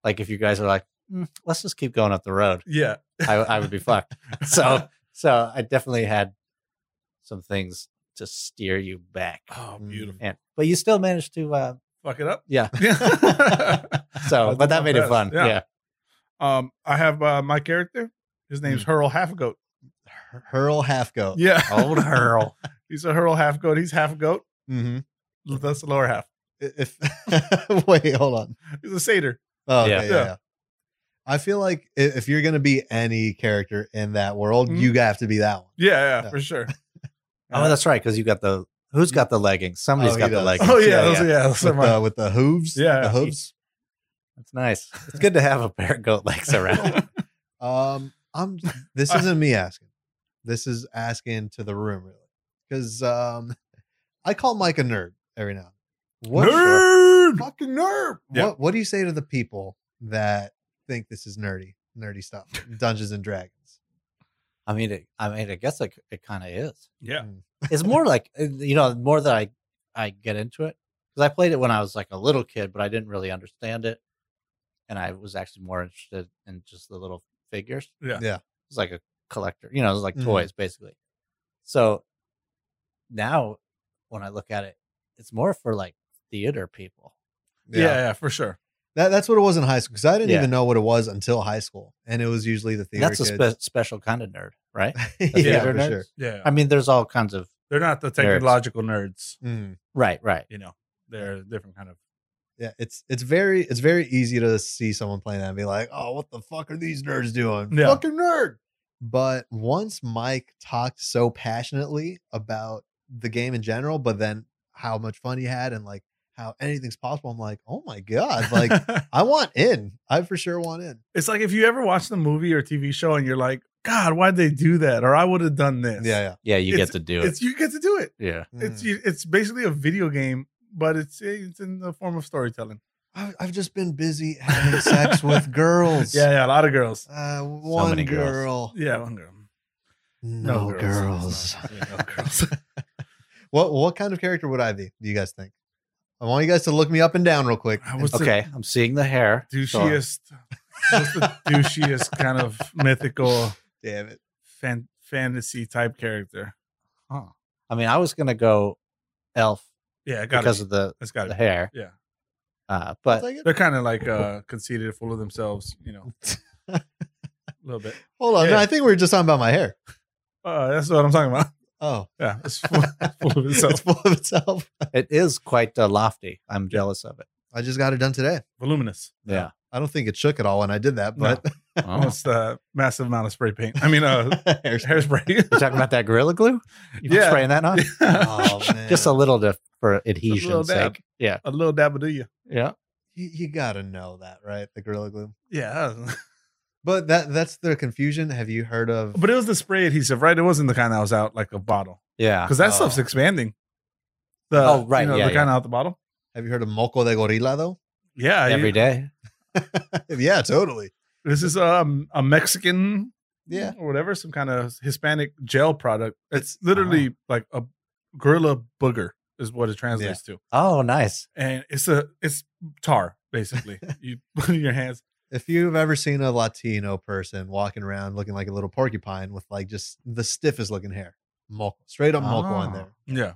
S7: like if you guys are like, "Mm, let's just keep going up the road,
S6: yeah.
S7: I, I would be fucked. So so I definitely had some things to steer you back. Mm,
S6: Oh, beautiful.
S7: And, but you still managed to, uh,
S6: Fuck it up.
S7: yeah.
S6: Yeah.
S7: So,
S6: I did
S7: but
S6: my
S7: that made it
S6: best.
S7: fun.
S6: Yeah.
S7: yeah.
S6: Um, I have uh, my character. His
S7: Hmm.
S6: name's Hurl Halfgoat.
S4: Hurl half goat.
S6: Yeah.
S7: Old Hurl.
S6: He's a Hurl Halfgoat. He's half goat.
S4: Mm-hmm.
S6: That's the lower half.
S4: If wait, hold on.
S6: He's a satyr.
S4: Oh,
S7: Yeah.
S4: yeah. yeah,
S6: Yeah.
S4: yeah. I feel like i- if you're gonna be any character in that world,
S7: Mm-hmm.
S6: Mhm.
S4: you have to be that one.
S6: Yeah, yeah,
S4: Yeah.
S6: for sure.
S7: Oh, that's right. Because you got the who's got the leggings? Somebody's
S4: Oh, he
S7: got the
S4: does.
S7: leggings.
S6: Oh yeah, those are- yeah. those are
S4: With
S6: mine.
S4: the, with the hooves,
S6: Yeah.
S4: the hooves.
S7: That's nice. It's good to have a pair of goat legs around.
S4: Um, I'm. This
S6: I-
S4: isn't me asking. This is asking to the room really, because um, I call Mike a nerd every now. and then. What
S6: Nerd!
S4: fucking nerd?
S6: Yeah.
S4: What What do you say to the people that think this is nerdy, nerdy stuff, Dungeons and Dragons?
S7: I mean, it, I mean, I guess it, it kind of is.
S6: Yeah.
S7: It's more like uh, you know, the more that I I get into it because I played it when I was like a little kid, but I didn't really understand it, and I was actually more interested in just the little figures.
S6: Yeah.
S4: Yeah.
S7: it's like a collector. You know, it was like
S4: Mhm.
S7: toys basically. So now, when I look at it, it's more for like theater people.
S6: yeah, yeah, for sure.
S4: That, that's what it was in high school because I didn't
S7: Yeah.
S4: even know what it was until high school, and it was usually the theater.
S7: That's a
S4: kids.
S7: spe- special kind of nerd, right?
S4: yeah,
S7: theater
S4: for
S7: nerds?
S4: sure.
S6: Yeah,
S7: I mean, there's all kinds of
S6: they're not the technological nerds.
S4: Mm.
S7: right, right.
S6: You know, they're a different kind of.
S4: Yeah, it's it's very it's very easy to see someone playing that and be like, oh, what the fuck are these nerds doing?
S6: Yeah.
S4: Fucking nerd. But once Mike talked so passionately about the game in general, but then how much fun he had and like how anything's possible, I'm like, oh my god, like I want in. I for sure want in.
S6: it's like if you ever watch the movie or TV show and you're like, God, why'd they do that? Or I would have done this.
S4: Yeah, Mm.
S7: Yeah, you
S6: It's-
S7: get to do it.
S6: It's you get to do it.
S7: Yeah. Mm.
S4: yeah.
S6: It's you, it's basically a video game, but it's it's in the form of storytelling.
S4: I've, I've just been busy having sex with girls.
S6: Yeah, yeah, a lot of girls.
S4: Uh, one
S7: many girls.
S4: girl.
S6: Yeah, one girl.
S4: No, girls.
S6: Yeah, no girls.
S4: What what kind of character would I be? Do you guys think? I want you guys to look me up and down real quick.
S6: I was
S7: Okay, I'm seeing the hair.
S6: the
S7: So,
S6: douchiest, just the douchiest kind of mythical
S4: Damn it.
S6: fan, fantasy type character.
S7: huh. I mean, I was gonna go elf
S6: Yeah, got
S7: because
S6: it.
S7: of the
S6: It's got
S7: the
S6: it.
S7: hair.
S6: Yeah,
S7: Uh,
S4: I'll
S7: but
S4: take it.
S6: they're kind of like uh conceited, full of themselves. You know, a little bit.
S4: Hold on. No,
S6: yeah.
S4: I think we were just talking about my hair.
S6: Uh, that's what I'm talking about.
S4: Oh.
S6: Yeah, it's full, full of itself.
S4: It's full of itself.
S7: it is quite uh, lofty. I'm jealous of it.
S4: I just got it done today.
S6: voluminous.
S7: Yeah.
S4: I don't think it shook at all when I did that,
S6: No.
S4: but
S7: Oh.
S6: It's the massive amount of spray paint. I mean, uh,
S4: hairspray.
S6: hairspray.
S7: You're talking about that gorilla glue? You been
S6: Yeah.
S7: spraying that on?
S4: Oh, man.
S7: Just a little to for
S6: little
S7: adhesion's
S6: dab.
S7: sake. Yeah.
S6: a little dab of do you?
S7: Yeah.
S4: you, you gotta know that, right? The Gorilla Glue.
S6: Yeah,
S4: But that that's the confusion. Have you heard of
S6: but it was the spray adhesive, right? It wasn't the kind that was out like a bottle
S7: Yeah.
S6: because that
S4: Oh.
S6: stuff's expanding. The,
S7: Oh, right,
S6: you know,
S7: yeah,
S6: the kind out the bottle.
S4: have you heard of Moco de Gorilla though?
S6: Yeah, you-
S7: Every day.
S4: yeah, totally.
S6: This is um a Mexican,
S4: Yeah.
S6: or whatever, some kind of Hispanic gel product. It's literally
S4: uh-huh.
S6: like a gorilla booger is what it translates to,
S7: Oh, nice.
S6: and it's a it's tar basically. you put it in your hands.
S4: if you've ever seen a Latino person walking around looking like a little porcupine with like just the stiffest looking hair, moco, straight up moco on there.
S6: Ah. Yeah,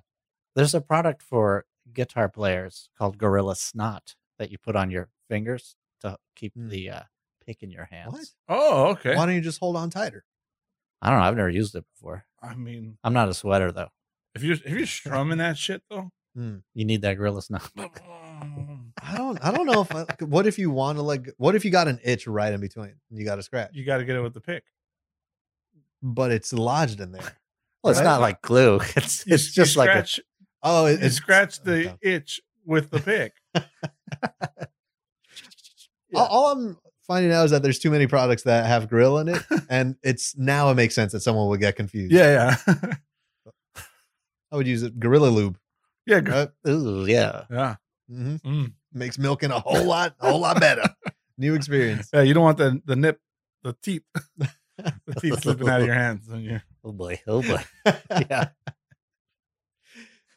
S7: There's a product for guitar players called Gorilla Snot that you put on your fingers to keep
S4: Hmm.
S7: the uh, pick in your hands.
S4: What?
S6: Oh, okay.
S4: Why don't you just hold on tighter?
S7: I don't know. I've never used it before.
S6: I mean,
S7: I'm not a sweater though.
S6: if you're if you're strumming that shit though,
S7: You need that Gorilla Snot.
S4: I don't. I don't know if. I, what if you want to like? What if you got an itch right in between? And you got a scratch,
S6: you got to get it with the pick.
S4: but it's lodged in there.
S7: Well, it's
S4: Right?
S7: not like glue. It's
S6: You-
S7: it's
S6: you
S7: just like a
S6: scratch,
S4: Oh, it,
S6: you scratch the
S4: okay.
S6: itch with the pick. yeah.
S4: All, all I'm finding out is that there's too many products that have grill in it, and it's now it makes sense that someone would get confused.
S6: yeah, yeah,
S4: I would use it. Gorilla lube.
S6: yeah, gr-
S4: Right?
S7: Uh, ooh yeah.
S6: yeah.
S4: hmm
S6: Mm.
S4: Makes milking a whole lot, a whole lot better. New experience.
S6: Yeah, you don't want the the nip, the teeth, the teeth slipping out of your hands. And you're,
S7: Oh boy. Oh boy. Yeah.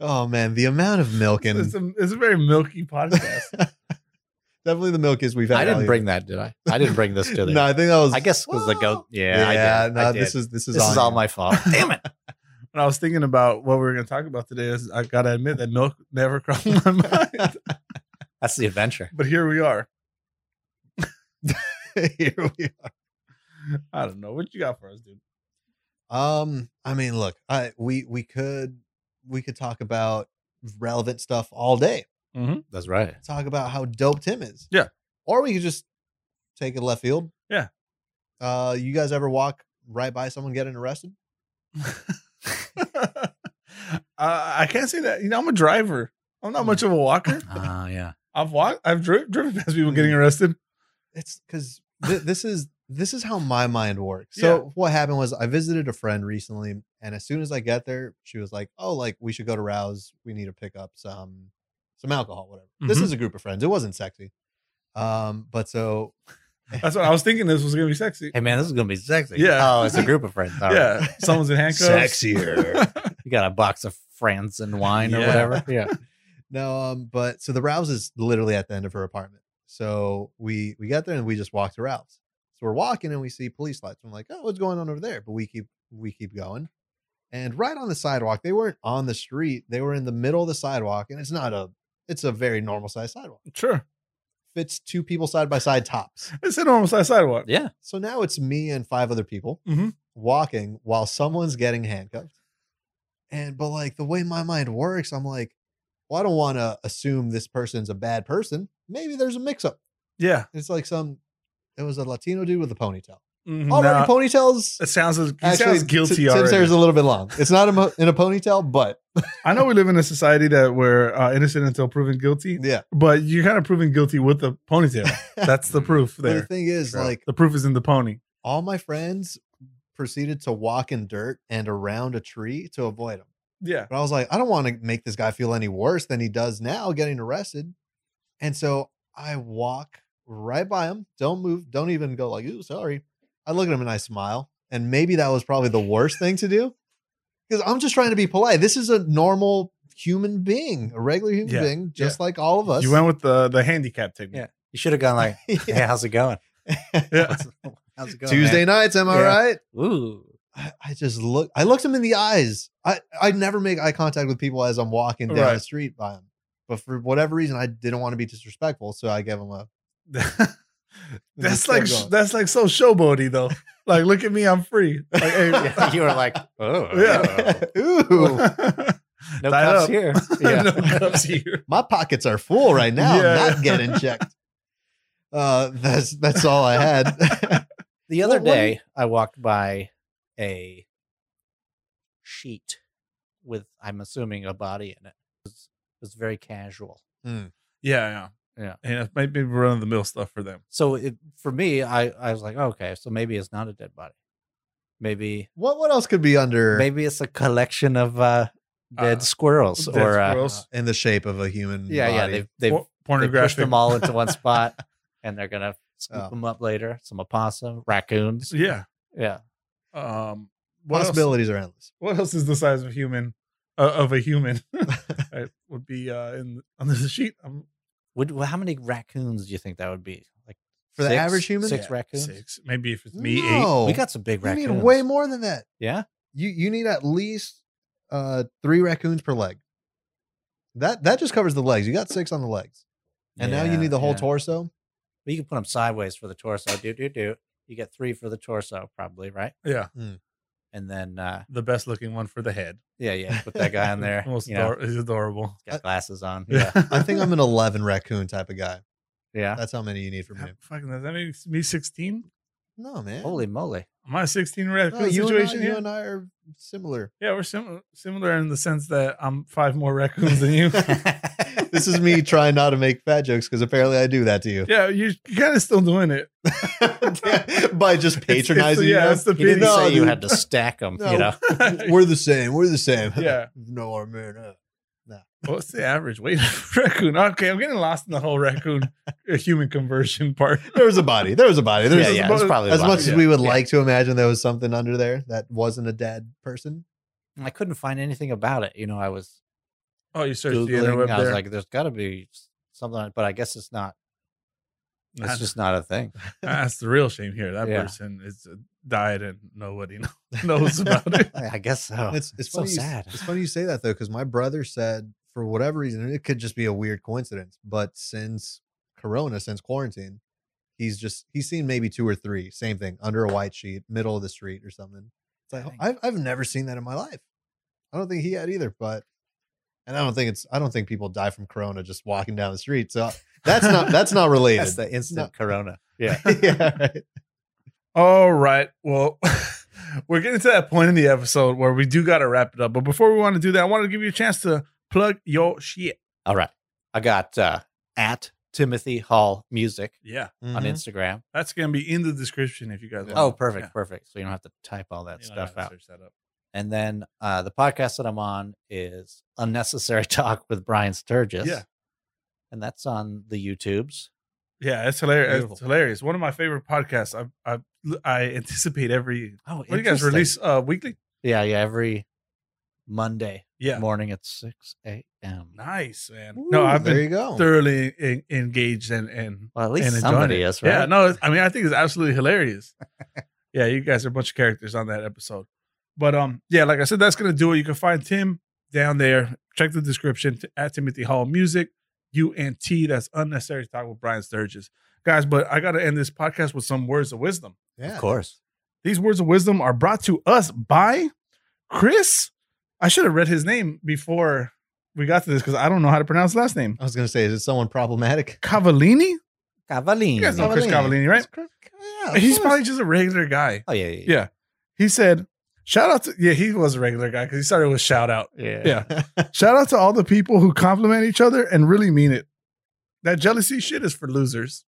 S4: Oh man, the amount of milk and
S6: It's a, it's a very milky podcast.
S4: definitely the milk is we've had.
S7: I didn't
S4: value.
S7: bring that, did I? I didn't bring this, did I?
S4: No, I think that was.
S7: I guess because the goat. Yeah, I did.
S4: no,
S7: I did.
S4: this is this is
S7: This
S4: on
S7: is all
S4: you.
S7: my fault. Damn it.
S6: when I was thinking about what we were going to talk about today, is I got to admit that milk never crossed my mind.
S7: That's the adventure.
S6: but here we are.
S4: Here we are.
S6: I don't know what you got for us, dude.
S4: Um, I mean, look, I we we could we could talk about relevant stuff all day.
S7: That's right.
S4: Talk about how dope Tim is.
S6: Yeah.
S4: Or we could just take it left field.
S6: Yeah.
S4: Uh, you guys ever walk right by someone getting arrested?
S6: uh, I can't say that. You know, I'm a driver. I'm not much of a walker.
S7: Ah, yeah.
S6: I've walked. I've dri- driven past people
S7: Mm.
S6: getting arrested.
S4: It's because th- this is this is how my mind works. So what happened was I visited a friend recently, and as soon as I get there, she was like, "Oh, like we should go to Rouse. We need to pick up some some alcohol, whatever." This
S6: Mhm.
S4: is a group of friends. It wasn't sexy, um, but so
S6: That's what I was thinking. This was going to be sexy.
S7: Hey, man, this is going to be sexy.
S6: Yeah.
S7: Oh, it's a group of friends. All right.
S6: Yeah, someone's in handcuffs.
S7: You got a box of France and wine or
S6: Yeah.
S7: whatever. Yeah.
S4: No, um, but so the Rouse is literally at the end of her apartment. So we we got there and we just walked to Rouse. So we're walking and we see police lights. I'm like, oh, what's going on over there? But we keep we keep going. And right on the sidewalk, they weren't on the street. They were in the middle of the sidewalk, and it's not a it's a very normal sized sidewalk.
S6: Sure.
S4: Fits two people side by side tops.
S6: It's a normal size sidewalk.
S7: Yeah.
S4: So now it's me and five other people
S6: Mhm.
S4: walking while someone's getting handcuffed. And but like the way my mind works, I'm like, well, I don't want to assume this person's a bad person. Maybe there's a mix up.
S6: Yeah.
S4: It's like some it was a Latino dude with a ponytail.
S6: Mhm.
S4: Already
S6: Nah,
S4: ponytails
S6: it sounds. He sounds
S4: actually
S6: guilty
S4: T- Tim's hair
S6: already.
S4: is a little bit long. It's not a mo- in a ponytail, but
S6: I know we live in a society that we're uh, innocent until proven guilty.
S4: yeah.
S6: But you're kind of proving guilty with the ponytail. That's the proof
S4: But the
S6: there.
S4: thing is,
S6: Sure.
S4: like
S6: the proof is in the pony.
S4: all my friends proceeded to walk in dirt and around a tree to avoid him.
S6: Yeah.
S4: But I was like, I don't want to make this guy feel any worse than he does now getting arrested. And so I walk right by him, don't move, don't even go like, ooh, sorry. I look at him and I smile. And maybe that was probably the worst thing to do because I'm just trying to be polite. This is a normal human being, a regular human
S6: Yeah,
S4: being, just like all of us.
S6: You went with the the handicap technique.
S7: Yeah. You should have gone like, hey,
S4: Yeah.
S7: how's it going?
S6: Yeah.
S7: What's- How's it going?
S4: Tuesday nights, am I
S6: Yeah.
S4: right?
S7: man? Ooh.
S4: I, I just look. I looked him in the eyes. I I never make eye contact with people as I'm walking down the
S6: Right.
S4: street by him. But for whatever reason, I didn't want to be disrespectful, so I gave him a.
S6: that's
S4: still
S6: like
S4: going.
S6: that's like so showboaty though. like, look at me, I'm free. Like, hey,
S7: you were like, oh.
S6: Yeah.
S4: Ooh,
S7: No
S6: Tied
S7: cuffs
S6: up.
S7: here.
S6: no cups here.
S4: my pockets are full right now. I'm
S6: Yeah.
S4: Not getting checked. Uh, that's that's all I had.
S7: The other
S4: Well, one-
S7: day, I walked by a sheet with, I'm assuming, a body in it. It was, it was very casual.
S6: Yeah, yeah,
S7: Yeah.
S6: And it might be run of the mill stuff for them.
S7: So it, for me, I, I was like, okay, so maybe it's not a dead body. Maybe
S4: what what else could be under
S7: maybe it's a collection of uh, dead
S6: Uh,
S7: squirrels
S6: dead
S7: or uh,
S6: squirrels.
S4: in the shape of a human?
S7: yeah, yeah,
S4: body?
S7: they've they've,
S6: Por-
S7: they pushed
S6: pornographic.
S7: them all into one spot, and they're gonna scoop
S4: Oh.
S7: them up later. Some opossum, raccoons,
S6: Yeah.
S7: yeah,
S6: Um. What else?
S4: possibilities are endless.
S6: What else is the size of human? Uh, of a human It would be uh, in under the sheet. Um,
S7: Would well, how many raccoons do you think that would be? Like
S4: For the
S7: six?
S4: average human?
S7: six
S6: yeah,
S7: raccoons.
S6: Six. Maybe if it's me, eight.
S4: no,
S7: We got some big
S4: Oh, you need
S7: raccoons.
S4: way more than that.
S7: Yeah,
S4: you you need at least uh three raccoons per leg. That that just covers the legs. You got six on the legs, and now you
S7: Yeah,
S4: need the whole
S7: yeah.
S4: torso.
S7: But you can put them sideways for the torso. Do do do. You get three for the torso, probably right,
S6: Yeah.
S7: and then uh
S6: The best looking one for the head.
S7: yeah, yeah, put that guy in there.
S6: Most
S7: you know,
S6: ador- is adorable.
S7: he's got glasses on.
S6: Yeah.
S7: Yeah,
S4: I think I'm an eleven raccoon type of guy.
S7: yeah.
S4: That's how many you need for me.
S6: How- Fucking does that make me sixteen?
S4: No man,
S7: Holy moly!
S6: Am I a sixteen red
S4: No, you, and I,
S6: situation
S4: you
S6: here?
S4: and I are similar.
S6: yeah, we're sim- similar in the sense that I'm five more raccoons than you.
S4: This is me trying not to make fat jokes because apparently I do that to you
S6: yeah, you're kind of still doing it.
S4: by just patronizing
S6: It's, it's, yeah, it's the
S7: He didn't
S6: pity.
S4: No,
S7: say you
S4: dude.
S7: had to stack them.
S4: No.
S7: You know,
S4: you. We're the same. We're the same.
S6: Yeah.
S4: no, our man. uh,
S6: What's the average weight of a raccoon? Okay, I'm getting lost in the whole raccoon uh, human conversion part.
S4: There was a body. There was a body. There was
S7: yeah,
S4: a
S7: yeah.
S6: bo-
S7: It's probably
S4: As
S7: a
S4: much
S7: lot.
S4: as we would
S7: Yeah.
S4: like to imagine there was something under there that wasn't a dead person,
S7: I couldn't find anything about it. You know, I was
S6: Oh, you searched the
S7: Googling.
S6: interweb
S7: I was
S6: there.
S7: like, there's got to be something, but I guess it's not.
S6: I-
S7: It's just not a thing.
S6: That's the real shame here. That
S7: Yeah.
S6: person is died and nobody kno- knows about it.
S7: I guess so.
S4: It's it's
S7: so
S4: funny you s-
S7: sad.
S4: it's funny you say that though, because my brother said for whatever reason and it could just be a weird coincidence, but since Corona, since quarantine, he's just he's seen maybe two or three. Same thing under a white sheet, middle of the street or something. It's like
S6: Dang.
S4: I've I've never seen that in my life. I don't think he had either, but and I don't think it's I don't think people die from Corona just walking down the street. So that's not that's not related.
S7: That's the instant corona. Yeah.
S4: yeah, right.
S6: All right. Well, we're getting to that point in the episode where we do got to wrap it up. But before we want to do that, I wanted to give you a chance to plug your shit.
S7: All right. I got uh, at Timothy Hall Music
S6: Yeah.
S7: on
S4: Mhm.
S7: Instagram.
S6: That's going to be in the description if you guys
S7: Oh,
S6: want.
S7: perfect,
S6: Yeah.
S7: perfect. So you don't have to type all that
S6: You don't have
S7: stuff
S6: to
S7: out.
S6: search that up.
S7: And then uh, the podcast that I'm on is Unnecessary Talk with Brian Sturgis.
S6: Yeah.
S7: And that's on the YouTubes.
S6: Yeah, it's hilarious.
S7: Beautiful.
S6: It's hilarious. One of my favorite podcasts. I I, I anticipate every.
S7: Oh,
S6: What do you guys release uh, weekly?
S7: Yeah, yeah. Every Monday
S6: Yeah.
S7: morning at 6 a.m.
S6: Nice man.
S4: Ooh,
S6: no, I've
S4: there
S6: been
S4: you go.
S6: thoroughly en- engaged and and
S7: Well, at
S6: and
S7: least
S6: enjoying
S7: somebody
S6: it.
S7: is, right?
S6: Yeah, no, it's- I mean, I think it's absolutely hilarious. yeah, you guys are a bunch of characters on that episode. But um, yeah, like I said, that's gonna do it. You can find Tim down there. Check the description t- at Timothy Hall Music, U and T. That's unnecessary talk with Brian Sturgis, guys. But I gotta end this podcast with some words of wisdom.
S4: Yeah.
S7: Of course.
S6: These words of wisdom are brought to us by Chris. I should have read his name before we got to this because I don't know how to pronounce his last name.
S4: I was gonna say, is it someone problematic?
S6: Cavallini?
S7: Cavallini.
S6: You guys know Chris Cavallini, right?
S4: Yeah, of
S6: He's
S4: course.
S6: probably just a regular guy.
S7: Oh, yeah, yeah.
S6: Yeah. He said, shout out to, yeah, he was a regular guy because he started with shout out.
S7: Yeah.
S6: Yeah. Shout out to all the people who compliment each other and really mean it. That jealousy shit is for losers.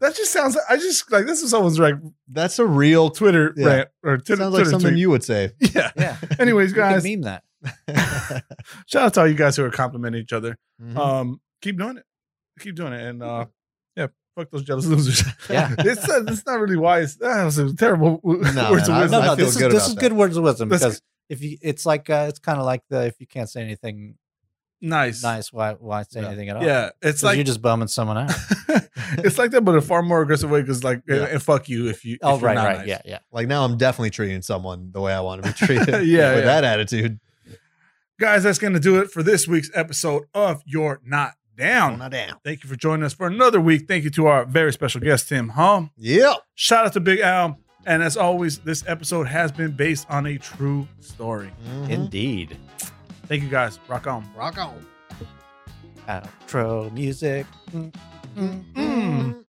S6: That just sounds, I just like, this is someone's like
S4: that's a real
S6: Twitter
S4: Yeah.
S6: rant or Twitter.
S4: Sounds like
S6: Twitter
S4: something
S6: tweet.
S4: you would say.
S6: yeah.
S7: Yeah.
S6: Anyways,
S7: You can
S6: guys,
S7: meme that.
S6: shout out to all you guys who are complimenting each other.
S4: Mhm.
S7: Mm-hmm.
S6: Um, keep doing it. Keep doing it. And uh yeah, fuck those jealous losers.
S7: Yeah.
S6: it's, uh, it's not really wise. That was a terrible no,
S4: No,
S6: words
S4: man,
S6: of
S4: I-
S6: wisdom.
S7: no, no,
S4: feel
S7: this is
S4: good
S7: this
S4: about
S7: is
S4: that.
S7: good words of wisdom
S6: That's-
S7: because if you, it's like uh, it's kind of like the if you can't say anything
S6: nice.
S7: nice, why why say
S6: Yeah.
S7: anything at all?
S6: Yeah. It's
S7: 'Cause
S6: like
S7: you're just bumming someone out.
S6: it's like that, but a far more aggressive way because like
S4: Yeah.
S6: and fuck you if you
S7: oh,
S6: if you're
S7: right,
S6: not
S7: right,
S6: nice.
S7: yeah, yeah.
S4: like now, I'm definitely treating someone the way I want to be treated.
S6: Yeah,
S4: with
S6: yeah.
S4: that attitude.
S6: Guys, that's gonna do it for this week's episode of You're Not Down.
S4: down.
S6: Thank you for joining us for another week. Thank you to our very special guest, Tim Hum.
S4: Yeah.
S6: Shout out to Big Al. And as always, this episode has been based on a true story.
S4: Mm-hmm.
S7: Indeed.
S6: Thank you guys. Rock on.
S4: Rock on.
S7: Outro music. Mm, mm, mm.
S6: Mm.